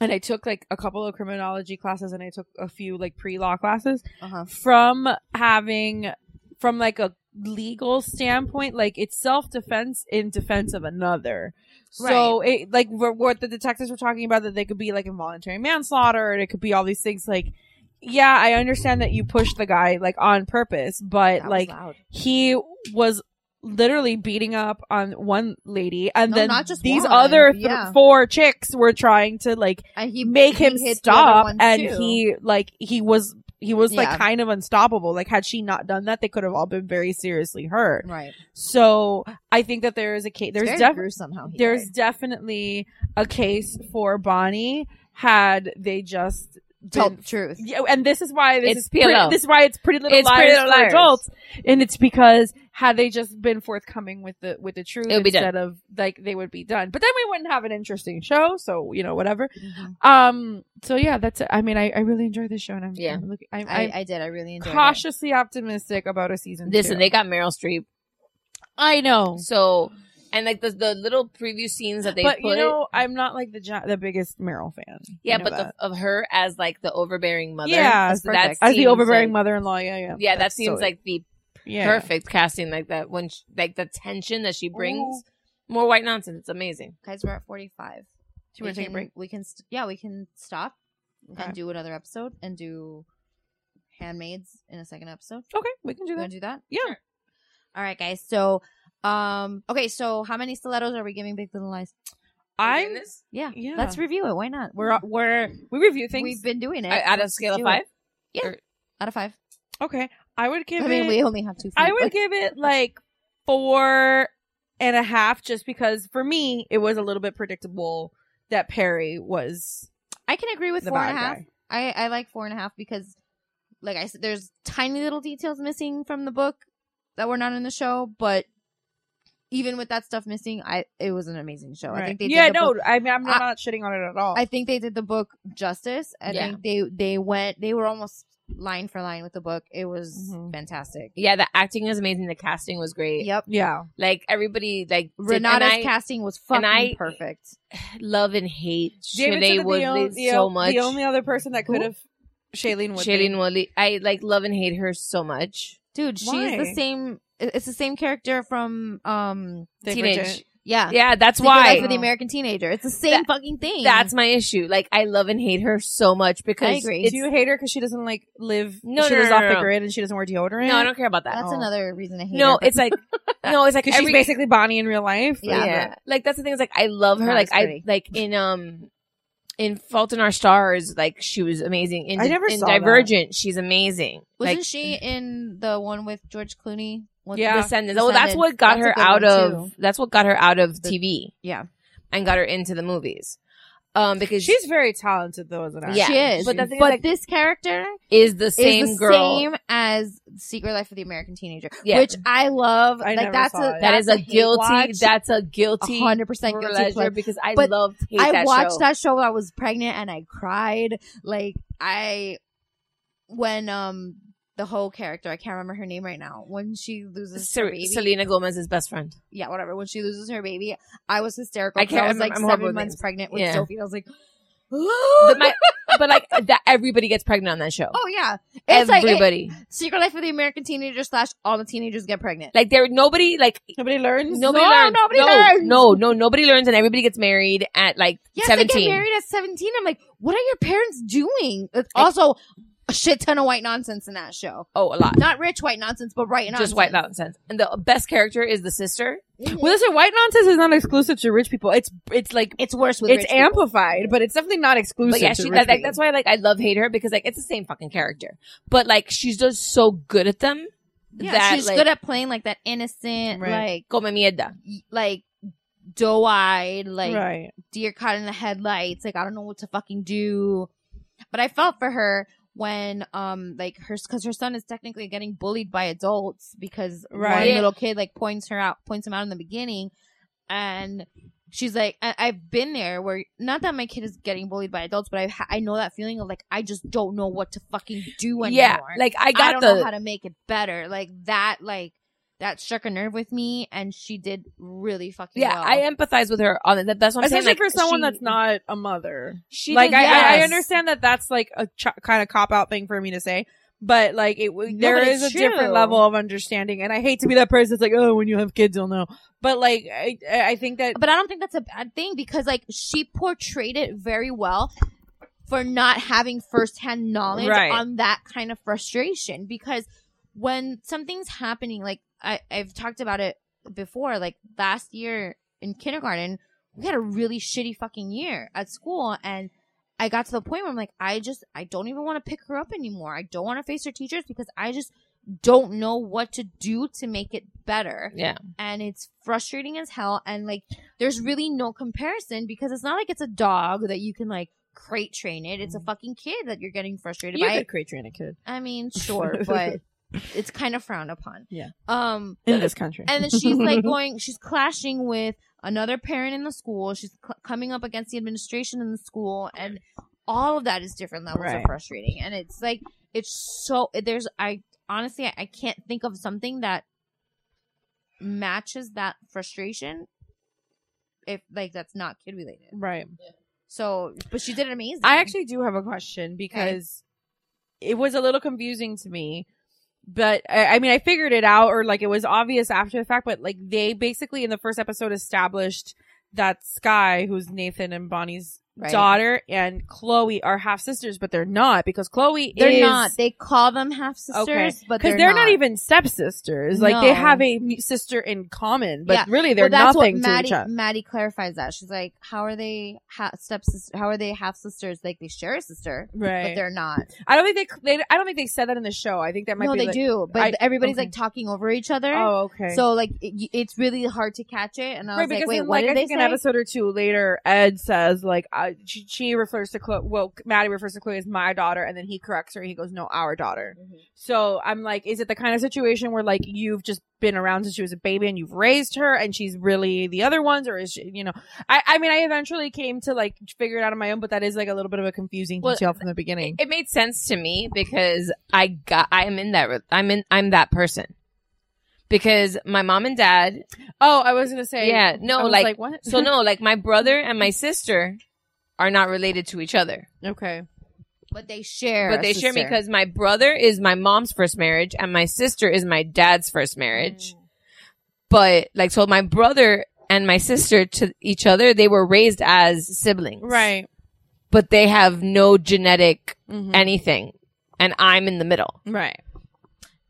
Speaker 11: and I took like a couple of criminology classes and I took a few like pre-law classes
Speaker 7: uh-huh.
Speaker 11: from having from like a legal standpoint, like it's self-defense in defense of another. So it like wh- what the detectives were talking about that they could be like involuntary manslaughter and it could be all these things like yeah, I understand that you pushed the guy like on purpose,
Speaker 7: That
Speaker 11: but
Speaker 7: was
Speaker 11: like
Speaker 7: loud.
Speaker 11: he was literally beating up on one lady and
Speaker 7: No,
Speaker 11: then
Speaker 7: not just
Speaker 11: these
Speaker 7: one,
Speaker 11: other th-
Speaker 7: yeah.
Speaker 11: four chicks were trying to like
Speaker 7: And he
Speaker 11: make
Speaker 7: he
Speaker 11: him
Speaker 7: hit the other
Speaker 11: stop
Speaker 7: one,
Speaker 11: and
Speaker 7: too.
Speaker 11: he like he was he was like
Speaker 7: Yeah.
Speaker 11: kind of unstoppable like had she not done that they could have all been very seriously hurt
Speaker 7: Right.
Speaker 11: so i think that there is a case there's
Speaker 7: very
Speaker 11: definitely
Speaker 7: gruesome how he
Speaker 11: there's definitely a case for bonnie had they just
Speaker 7: Told
Speaker 11: been-
Speaker 7: the truth.
Speaker 11: yeah, and this is why this
Speaker 10: It's
Speaker 11: is pretty,
Speaker 10: PLO.
Speaker 11: this is why it's Pretty Little
Speaker 10: It's
Speaker 11: Liars
Speaker 10: Pretty Little
Speaker 11: for
Speaker 10: Liars.
Speaker 11: adults, and it's because had they just been forthcoming with the with the truth
Speaker 10: It would be done.
Speaker 11: instead of like they would be done. But then we wouldn't have an interesting show, so you know whatever.
Speaker 10: Mm-hmm.
Speaker 11: Um, so yeah, that's it. I mean, I, I really enjoy this show, and I'm
Speaker 10: Yeah.
Speaker 11: I'm looking, I'm,
Speaker 7: I,
Speaker 11: I'm
Speaker 7: I did. I really enjoyed it.
Speaker 11: cautiously optimistic about a season.
Speaker 10: Listen,
Speaker 11: two.
Speaker 10: they got Meryl Streep.
Speaker 11: I know.
Speaker 10: So, and like the, the little preview scenes that they
Speaker 11: but
Speaker 10: put.
Speaker 11: you know, I'm not like the gi- the biggest Meryl fan. You
Speaker 10: yeah,
Speaker 11: know
Speaker 10: but
Speaker 11: that.
Speaker 10: the, of her as like the overbearing mother.
Speaker 11: yeah,
Speaker 10: So that
Speaker 11: as the
Speaker 10: seems
Speaker 11: overbearing
Speaker 10: like-
Speaker 11: mother-in-law. Yeah, yeah,
Speaker 10: Yeah, that
Speaker 11: That's
Speaker 10: seems
Speaker 11: so-
Speaker 10: like the
Speaker 11: Yeah.
Speaker 10: perfect casting. Like that when sh like the tension that she
Speaker 11: Oh.
Speaker 10: brings. More white nonsense. It's amazing.
Speaker 7: Guys, we're at 45.
Speaker 11: Do you wanna
Speaker 7: We
Speaker 11: take a
Speaker 7: can-
Speaker 11: break?
Speaker 7: We can, st- yeah, we can stop
Speaker 11: Okay.
Speaker 7: and do another episode and do handmaids in a second episode.
Speaker 11: Okay, we can do
Speaker 7: You
Speaker 11: that.
Speaker 7: want to do that?
Speaker 11: Yeah.
Speaker 7: All right, guys. So, um, okay. So, how many stilettos are we giving Big Little Lies?
Speaker 11: I'm
Speaker 7: Yeah,
Speaker 11: Yeah.
Speaker 7: Let's review it. Why not? We're
Speaker 11: we're we're we review things.
Speaker 7: we've been doing it
Speaker 10: Uh, At a
Speaker 7: Let's
Speaker 10: scale of
Speaker 7: do it.
Speaker 10: five,
Speaker 7: Yeah,
Speaker 10: Or-
Speaker 7: out of five.
Speaker 11: okay, I would give
Speaker 7: I mean,
Speaker 11: it.
Speaker 7: we only have two.
Speaker 11: I
Speaker 7: feet,
Speaker 11: would
Speaker 7: but-
Speaker 11: give it like four and a half, just because for me it was a little bit predictable that Perry was
Speaker 7: I can agree with
Speaker 11: the
Speaker 7: four and a
Speaker 11: bad
Speaker 7: half.
Speaker 11: guy.
Speaker 7: I I like four and a half because, like I said, there's tiny little details missing from the book that were not in the show, but even with that stuff missing, I it was an amazing show. I
Speaker 11: Right.
Speaker 7: think they
Speaker 11: yeah,
Speaker 7: did the
Speaker 11: no,
Speaker 7: book-
Speaker 11: I mean, I'm
Speaker 7: I-
Speaker 11: not shitting on it at all.
Speaker 7: I think they did the book justice. I
Speaker 10: Yeah.
Speaker 7: think they they went they were almost line for line with the book. It was
Speaker 11: Mhm.
Speaker 7: fantastic.
Speaker 10: yeah, the acting is amazing. The casting was great.
Speaker 7: Yep.
Speaker 11: yeah,
Speaker 10: Like everybody, like did-
Speaker 7: Renata's
Speaker 10: and I
Speaker 7: casting was
Speaker 10: and
Speaker 7: fucking
Speaker 10: I-
Speaker 7: perfect.
Speaker 10: love and hate
Speaker 11: David
Speaker 10: Shailene Woodley
Speaker 11: the,
Speaker 10: so much.
Speaker 11: The only other person that
Speaker 10: Who?
Speaker 11: could have Shailene Woodley.
Speaker 10: Shailene Woodley, I like love and hate her so much.
Speaker 7: Dude, she's the
Speaker 11: Why?
Speaker 7: same it- it's the same character from um
Speaker 11: Divergent.
Speaker 10: Teenage.
Speaker 7: yeah.
Speaker 10: Yeah, that's
Speaker 7: Secret Life
Speaker 10: why.
Speaker 7: of the American Teenager. It's the same fucking thing.
Speaker 10: That's my issue. Like I love and hate her so much because
Speaker 7: I agree.
Speaker 10: It's,
Speaker 11: Do you hate her because she doesn't like live?
Speaker 10: No,
Speaker 11: she
Speaker 10: no,
Speaker 11: lives
Speaker 10: no,
Speaker 11: off
Speaker 10: no,
Speaker 11: the
Speaker 10: no.
Speaker 11: grid and she doesn't wear deodorant.
Speaker 10: no, I don't care about that.
Speaker 7: That's
Speaker 11: Oh.
Speaker 7: another reason I hate
Speaker 10: no,
Speaker 7: her, but
Speaker 10: it's like no, it's like
Speaker 11: because she's
Speaker 10: every,
Speaker 11: basically Bonnie in real life.
Speaker 10: yeah.
Speaker 7: Yeah.
Speaker 10: Like that's the thing. Is like I love her.
Speaker 7: Not
Speaker 10: like
Speaker 7: as
Speaker 10: I
Speaker 7: pretty.
Speaker 10: like in um in Fault in Our Stars. Like she was amazing. In,
Speaker 11: I never
Speaker 10: in
Speaker 11: saw that.
Speaker 10: Divergent. She's amazing.
Speaker 7: wasn't
Speaker 10: like,
Speaker 7: she in the one with George Clooney? With-
Speaker 11: Yeah.
Speaker 10: Descendants. Oh, that's
Speaker 7: Descendants.
Speaker 10: what got
Speaker 7: That's a
Speaker 10: her
Speaker 7: good
Speaker 10: out
Speaker 7: one,
Speaker 10: of.
Speaker 7: too.
Speaker 10: That's what got her out of
Speaker 7: The-
Speaker 10: TV
Speaker 7: Yeah.
Speaker 10: and got her into the movies. Um, because
Speaker 11: she's very talented though as an actress.
Speaker 10: Yeah.
Speaker 7: She is.
Speaker 10: But
Speaker 7: But,
Speaker 10: the thing is, like-
Speaker 7: this character
Speaker 10: is the same
Speaker 7: is the
Speaker 10: girl.
Speaker 7: same as Secret Life of the American Teenager,
Speaker 10: Yeah.
Speaker 7: which I love.
Speaker 11: I
Speaker 7: like
Speaker 11: never
Speaker 7: that's
Speaker 11: saw
Speaker 7: a
Speaker 11: it.
Speaker 10: That is
Speaker 7: that's
Speaker 10: a guilty.
Speaker 7: Watch.
Speaker 10: That's a guilty.
Speaker 7: 100% guilty
Speaker 10: pleasure
Speaker 7: pleasure.
Speaker 10: because I
Speaker 7: But
Speaker 10: loved. Hate
Speaker 7: I
Speaker 10: that
Speaker 7: watched
Speaker 10: show.
Speaker 7: that show. when I was pregnant and I cried. Like I when um the whole character I can't remember her name right now when she loses her
Speaker 10: Ser-
Speaker 7: baby.
Speaker 10: Selena Gomez's best friend.
Speaker 7: yeah, whatever. When she loses her baby, I was hysterical.
Speaker 10: I
Speaker 7: 'cause
Speaker 10: can't
Speaker 7: I was like
Speaker 10: remember- I'm horrible
Speaker 7: seven
Speaker 10: with
Speaker 7: months
Speaker 10: names.
Speaker 7: pregnant with
Speaker 10: Yeah.
Speaker 7: Sophie. I was like,
Speaker 10: But, my, but like that, everybody gets pregnant on that show.
Speaker 7: oh yeah, it's like it-
Speaker 10: everybody. Like,
Speaker 7: Secret Life of the American Teenager slash all the teenagers get pregnant.
Speaker 10: there, nobody like
Speaker 11: Nobody learns.
Speaker 10: nobody
Speaker 7: No,
Speaker 10: learns.
Speaker 7: nobody
Speaker 10: no,
Speaker 7: learns.
Speaker 10: No, no, nobody learns, and everybody gets married at like
Speaker 7: Yes, I
Speaker 10: seventeen.
Speaker 7: get married at 17. I'm like, what are your parents doing? It's also a shit ton of white nonsense in that show.
Speaker 10: oh, a lot.
Speaker 7: Not rich white nonsense, but right nonsense.
Speaker 10: Just white nonsense. And the best character is the sister.
Speaker 11: Well, listen, white nonsense is not exclusive to rich people. It's it's like
Speaker 7: It's worse with
Speaker 11: it's
Speaker 7: rich people.
Speaker 11: amplified, but it's definitely not exclusive.
Speaker 10: But yeah,
Speaker 11: to
Speaker 10: she,
Speaker 11: rich
Speaker 10: that, like,
Speaker 11: people.
Speaker 10: that's why like I love hate her because like it's the same fucking character. But like she's just so good at them
Speaker 7: Yeah,
Speaker 10: that
Speaker 7: she's
Speaker 10: like,
Speaker 7: good at playing like that innocent,
Speaker 11: Right.
Speaker 7: like
Speaker 10: come mierda.
Speaker 7: like, like doe eyed, like
Speaker 11: right.
Speaker 7: deer caught in the headlights. Like, I don't know what to fucking do. But I felt for her when, um, like her, cause her son is technically getting bullied by adults because
Speaker 10: Right.
Speaker 7: one little kid like points her out, points him out in the beginning. And she's like, I- I've been there where not that my kid is getting bullied by adults, but I, ha- I know that feeling of like, I just don't know what to fucking do anymore.
Speaker 10: Yeah, like, I got
Speaker 7: don't
Speaker 10: the-
Speaker 7: know how to make it better. Like that, like, that struck a nerve with me, and she did really fucking
Speaker 10: Yeah,
Speaker 7: well.
Speaker 10: I empathize with her on it. That- That's what I'm
Speaker 11: Especially
Speaker 10: saying.
Speaker 11: for someone
Speaker 10: she-
Speaker 11: that's not a mother.
Speaker 10: She
Speaker 11: like
Speaker 10: did-
Speaker 11: I, I, I
Speaker 10: yes.
Speaker 11: understand that that's like a ch- kind of cop out thing for me to say, but like it, w-
Speaker 10: No,
Speaker 11: there
Speaker 10: but
Speaker 11: is
Speaker 10: it's
Speaker 11: a different
Speaker 10: true.
Speaker 11: level of understanding, and I hate to be that person that's like, oh, when you have kids, you'll know. But like, I, I think that,
Speaker 7: but I don't think that's a bad thing because like she portrayed it very well for not having firsthand knowledge
Speaker 10: Right.
Speaker 7: on that kind of frustration because when something's happening like I, I've talked about it before like last year in kindergarten we had a really shitty fucking year at school and I got to the point where I'm like I just I don't even want to pick her up anymore I don't want to face her teachers because I just don't know what to do to make it better
Speaker 10: Yeah.
Speaker 7: and it's frustrating as hell and like there's really no comparison because it's not like it's a dog that you can like crate train it it's a fucking kid that you're getting frustrated
Speaker 10: You
Speaker 7: by
Speaker 10: could crate train a kid.
Speaker 7: i mean sure but it's kind of frowned upon
Speaker 10: Yeah.
Speaker 7: um
Speaker 11: In this country.
Speaker 7: and then she's like going she's clashing with another parent in the school she's cl- coming up against the administration in the school and all of that is different levels of
Speaker 10: Right.
Speaker 7: frustrating and it's like it's so there's i honestly I, I can't think of something that matches that frustration if like that's not kid related
Speaker 11: right
Speaker 7: so but she did amazing
Speaker 11: I actually do have a question because it was a little confusing to me. But I, I mean, I figured it out, or like it was obvious after the fact. But like they basically in the first episode established that Sky, who's Nathan and Bonnie's
Speaker 7: Right.
Speaker 11: daughter, and Chloe are half sisters, but they're not because Chloe
Speaker 7: they're
Speaker 11: is
Speaker 7: not they call them half sisters but
Speaker 11: because
Speaker 7: they're,
Speaker 11: they're not. even stepsisters. Like they
Speaker 7: No.
Speaker 11: have a m- sister in common, but
Speaker 7: Yeah.
Speaker 11: really they're
Speaker 7: Well, that's
Speaker 11: nothing
Speaker 7: what Maddie,
Speaker 11: to each other.
Speaker 7: Maddie clarifies that she's like, "How are they ha- step? How are they half sisters? Like they share a sister,
Speaker 11: Right.
Speaker 7: But they're not.
Speaker 11: I don't think they, they. I don't think they said that in the show. I think that might
Speaker 7: no,
Speaker 11: be
Speaker 7: they
Speaker 11: like-
Speaker 7: do. But
Speaker 11: I-
Speaker 7: everybody's
Speaker 11: okay.
Speaker 7: like talking over each other.
Speaker 11: Oh, okay.
Speaker 7: So like it, it's really hard to catch it. And I was
Speaker 11: right, because
Speaker 7: like, "Wait,
Speaker 11: in,
Speaker 7: what
Speaker 11: like,
Speaker 7: did
Speaker 11: I
Speaker 7: they
Speaker 11: think
Speaker 7: say?"
Speaker 11: an episode or two later, Ed says like I, she, she refers to Chloe. Well, Maddie refers to Chloe as my daughter, and then he corrects her. He goes, "No, our daughter."
Speaker 7: Mm-hmm.
Speaker 11: So I'm like, is it the kind of situation where like you've just been around since she was a baby and you've raised her, and she's really the other ones, or is she? You know, I I mean, I eventually came to like figure it out on my own, but that is like a little bit of a confusing
Speaker 10: Well,
Speaker 11: detail from the beginning.
Speaker 10: It made sense to me because I got I'm in that re- I'm in I'm that person. Because my mom and dad
Speaker 11: oh, I was gonna say,
Speaker 10: Yeah,
Speaker 11: I
Speaker 10: no,
Speaker 11: was
Speaker 10: like,
Speaker 11: what?
Speaker 10: so no, like my brother and my sister are not related to each other.
Speaker 11: okay,
Speaker 7: but they share.
Speaker 10: But
Speaker 7: a
Speaker 10: they share
Speaker 7: sister.
Speaker 10: because my brother is my mom's first marriage and my sister is my dad's first
Speaker 11: Mm.
Speaker 10: marriage. But like so my brother and my sister to each other, they were raised as siblings.
Speaker 11: right,
Speaker 10: But they have no genetic
Speaker 11: Mhm.
Speaker 10: anything. And I'm in the middle.
Speaker 11: right.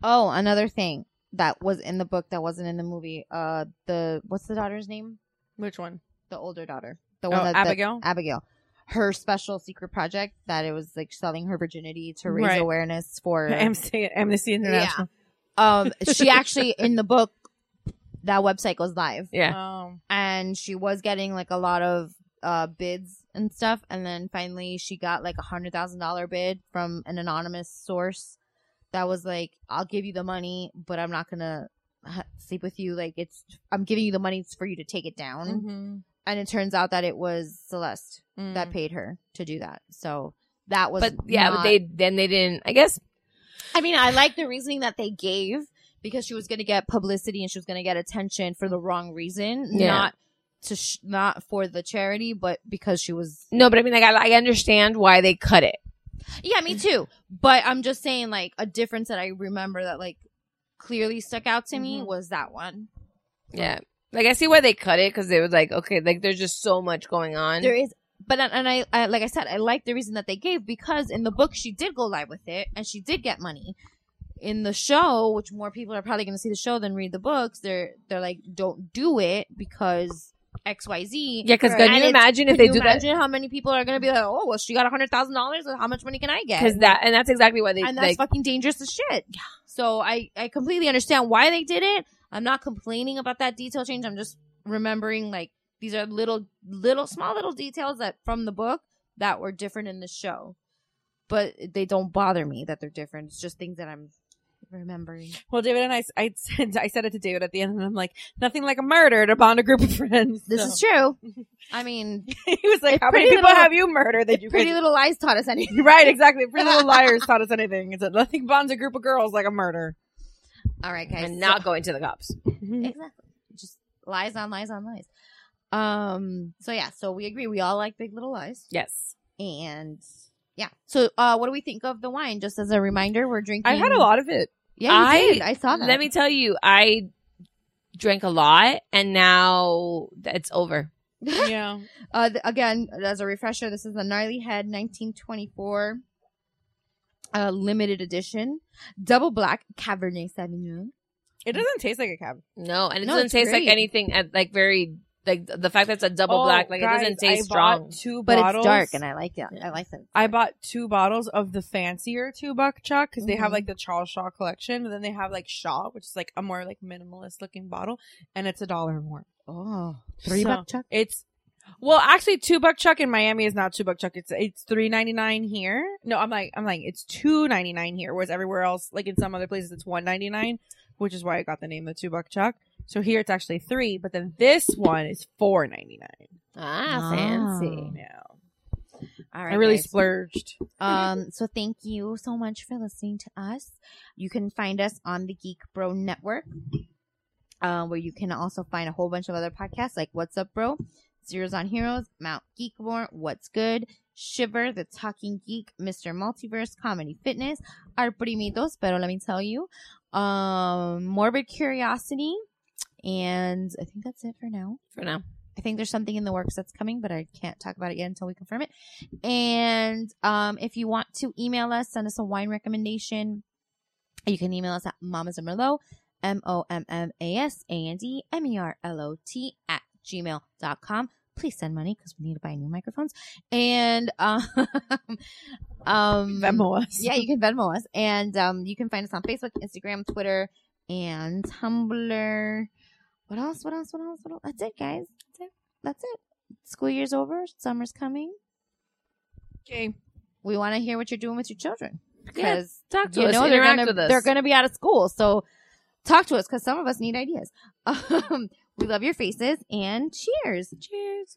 Speaker 7: Oh, another thing that was in the book that wasn't in the movie. Uh, the what's the daughter's name?
Speaker 11: Which one?
Speaker 7: The older daughter, the
Speaker 11: Oh,
Speaker 7: one that that-
Speaker 11: Abigail?
Speaker 7: Abigail. Her special secret project that it was like selling her virginity to raise
Speaker 11: Right.
Speaker 7: awareness for
Speaker 11: Amnesty, Amnesty International.
Speaker 7: Um, she actually in the book that website goes live,
Speaker 10: Yeah.
Speaker 11: Oh.
Speaker 7: and she was getting like a lot of uh bids and stuff, and then finally she got like a hundred thousand dollar bid from an anonymous source that was like, "I'll give you the money, but I'm not gonna ha- sleep with you. Like it's, I'm giving you the money for you to take it down."
Speaker 11: Mm-hmm.
Speaker 7: And it turns out that it was Celeste that paid her to do that, so. That was,
Speaker 10: Mm. But yeah, but
Speaker 7: not-
Speaker 10: they then they didn't I guess
Speaker 7: I mean, I like the reasoning that they gave because she was going to get publicity and she was going to get attention for the wrong reason,
Speaker 10: Yeah.
Speaker 7: not to sh- not for the charity, but because she was.
Speaker 10: no, but I mean like I, I understand why they cut it.
Speaker 7: Yeah, me too. But I'm just saying, like a difference that I remember that like clearly stuck out to me was that one.
Speaker 10: Yeah. Like I see why they cut it because they was like, okay, like there's just so much going on.
Speaker 7: There is, but uh, and I, I like I said, I like the reason that they gave because in the book she did go live with it and she did get money. In the show, which more people are probably going to see the show than read the books, they're they're like, don't do it because X Y Z.
Speaker 10: Yeah, 'cause can you imagine if they do that-
Speaker 7: imagine how many people are going to be like, oh well, she got a hundred thousand dollars. How much money can I get?
Speaker 10: because that and that's exactly why they
Speaker 7: and that's
Speaker 10: like
Speaker 7: fucking dangerous as shit. So I I completely understand why they did it. I'm not complaining about that detail change. I'm just remembering like these are little, little, small little details that from the book that were different in the show, but they don't bother me that they're different. It's just things that I'm remembering.
Speaker 11: Well, David and I, I said, I said it to David at the end, and I'm like, nothing like a murder to bond a group of friends.
Speaker 7: This is true. I mean,
Speaker 11: he was like, how many people have you murdered that you
Speaker 7: Pretty
Speaker 11: could-
Speaker 7: Little Lies taught us anything.
Speaker 11: Right, exactly. Pretty Little Liars taught us anything. It's that nothing bonds a group of girls like a murder.
Speaker 7: All right, guys.
Speaker 10: And not going to the cops.
Speaker 7: exactly. Just lies on lies on lies. Um. So yeah. So we agree. We all like Big Little Lies.
Speaker 10: Yes.
Speaker 7: And yeah. So uh, what do we think of the wine? Just as a reminder, we're drinking.
Speaker 10: I had a lot of it.
Speaker 7: Yeah, you I did. I saw that.
Speaker 10: Let me tell you, I drank a lot, and now it's over.
Speaker 11: Yeah.
Speaker 7: uh, th- again, as a refresher, this is the Gnarly Head 1924 uh, limited edition double black Cabernet Sauvignon.
Speaker 11: It doesn't taste like a cab.
Speaker 10: No, and it
Speaker 11: No,
Speaker 10: doesn't
Speaker 11: it's
Speaker 10: taste
Speaker 11: great.
Speaker 10: like anything. uh, Like very like the fact that it's a double
Speaker 11: Oh,
Speaker 10: black. Like
Speaker 11: guys,
Speaker 10: it doesn't
Speaker 11: I
Speaker 10: taste
Speaker 11: bought
Speaker 10: strong.
Speaker 11: Two
Speaker 7: But
Speaker 11: bottles.
Speaker 7: it's dark, and I like it. I like it.
Speaker 11: I bought two bottles of the fancier two buck chalk because they have
Speaker 7: Mhm.
Speaker 11: like the Charles Shaw collection, and then they have like Shaw, which is like a more like minimalist looking bottle, and it's a dollar more.
Speaker 7: Oh, three buck chuck?
Speaker 11: It's well, actually, two buck chuck in Miami is not two buck chuck. It's it's three ninety nine here. No, I'm like I'm like it's two ninety nine here, whereas everywhere else, like in some other places, it's one ninety nine, which is why I got the name the two buck chuck. So here it's actually three, but then this one is four ninety nine.
Speaker 10: Ah, fancy.
Speaker 11: Yeah.
Speaker 10: Ah.
Speaker 7: All
Speaker 11: I really
Speaker 7: guys.
Speaker 11: splurged.
Speaker 7: Um, so thank you so much for listening to us. You can find us on the Geek Bro Network, uh, where you can also find a whole bunch of other podcasts like What's Up Bro, Zeros on Heroes, Mount Geek War, What's Good, Shiver, The Talking Geek, Mr. Multiverse, Comedy Fitness, Our Primitos, pero let me tell you, um, Morbid Curiosity, and I think that's it for now.
Speaker 10: For now.
Speaker 7: I think there's something in the works that's coming, but I can't talk about it yet until we confirm it. And um, if you want to email us, send us a wine recommendation. You can email us at mamas and merlot, M O M M A S A N D M E R L O T at gmail.com. Please send money because we need to buy new microphones. And um, um,
Speaker 11: Venmo us.
Speaker 7: Yeah, you can Venmo us. And um, you can find us on Facebook, Instagram, Twitter, and Tumblr. What else? What else? What else? What else? That's it, guys. That's it. That's it. School year's over. Summer's coming.
Speaker 11: Okay.
Speaker 7: We want to hear what you're doing with your children
Speaker 10: Yeah,
Speaker 7: because
Speaker 10: talk to
Speaker 7: you
Speaker 10: us,
Speaker 7: know they're
Speaker 10: interact
Speaker 7: gonna
Speaker 10: with us.
Speaker 7: they're gonna be out of school. So talk to us because some of us need ideas. Um, we love your faces and cheers. Cheers.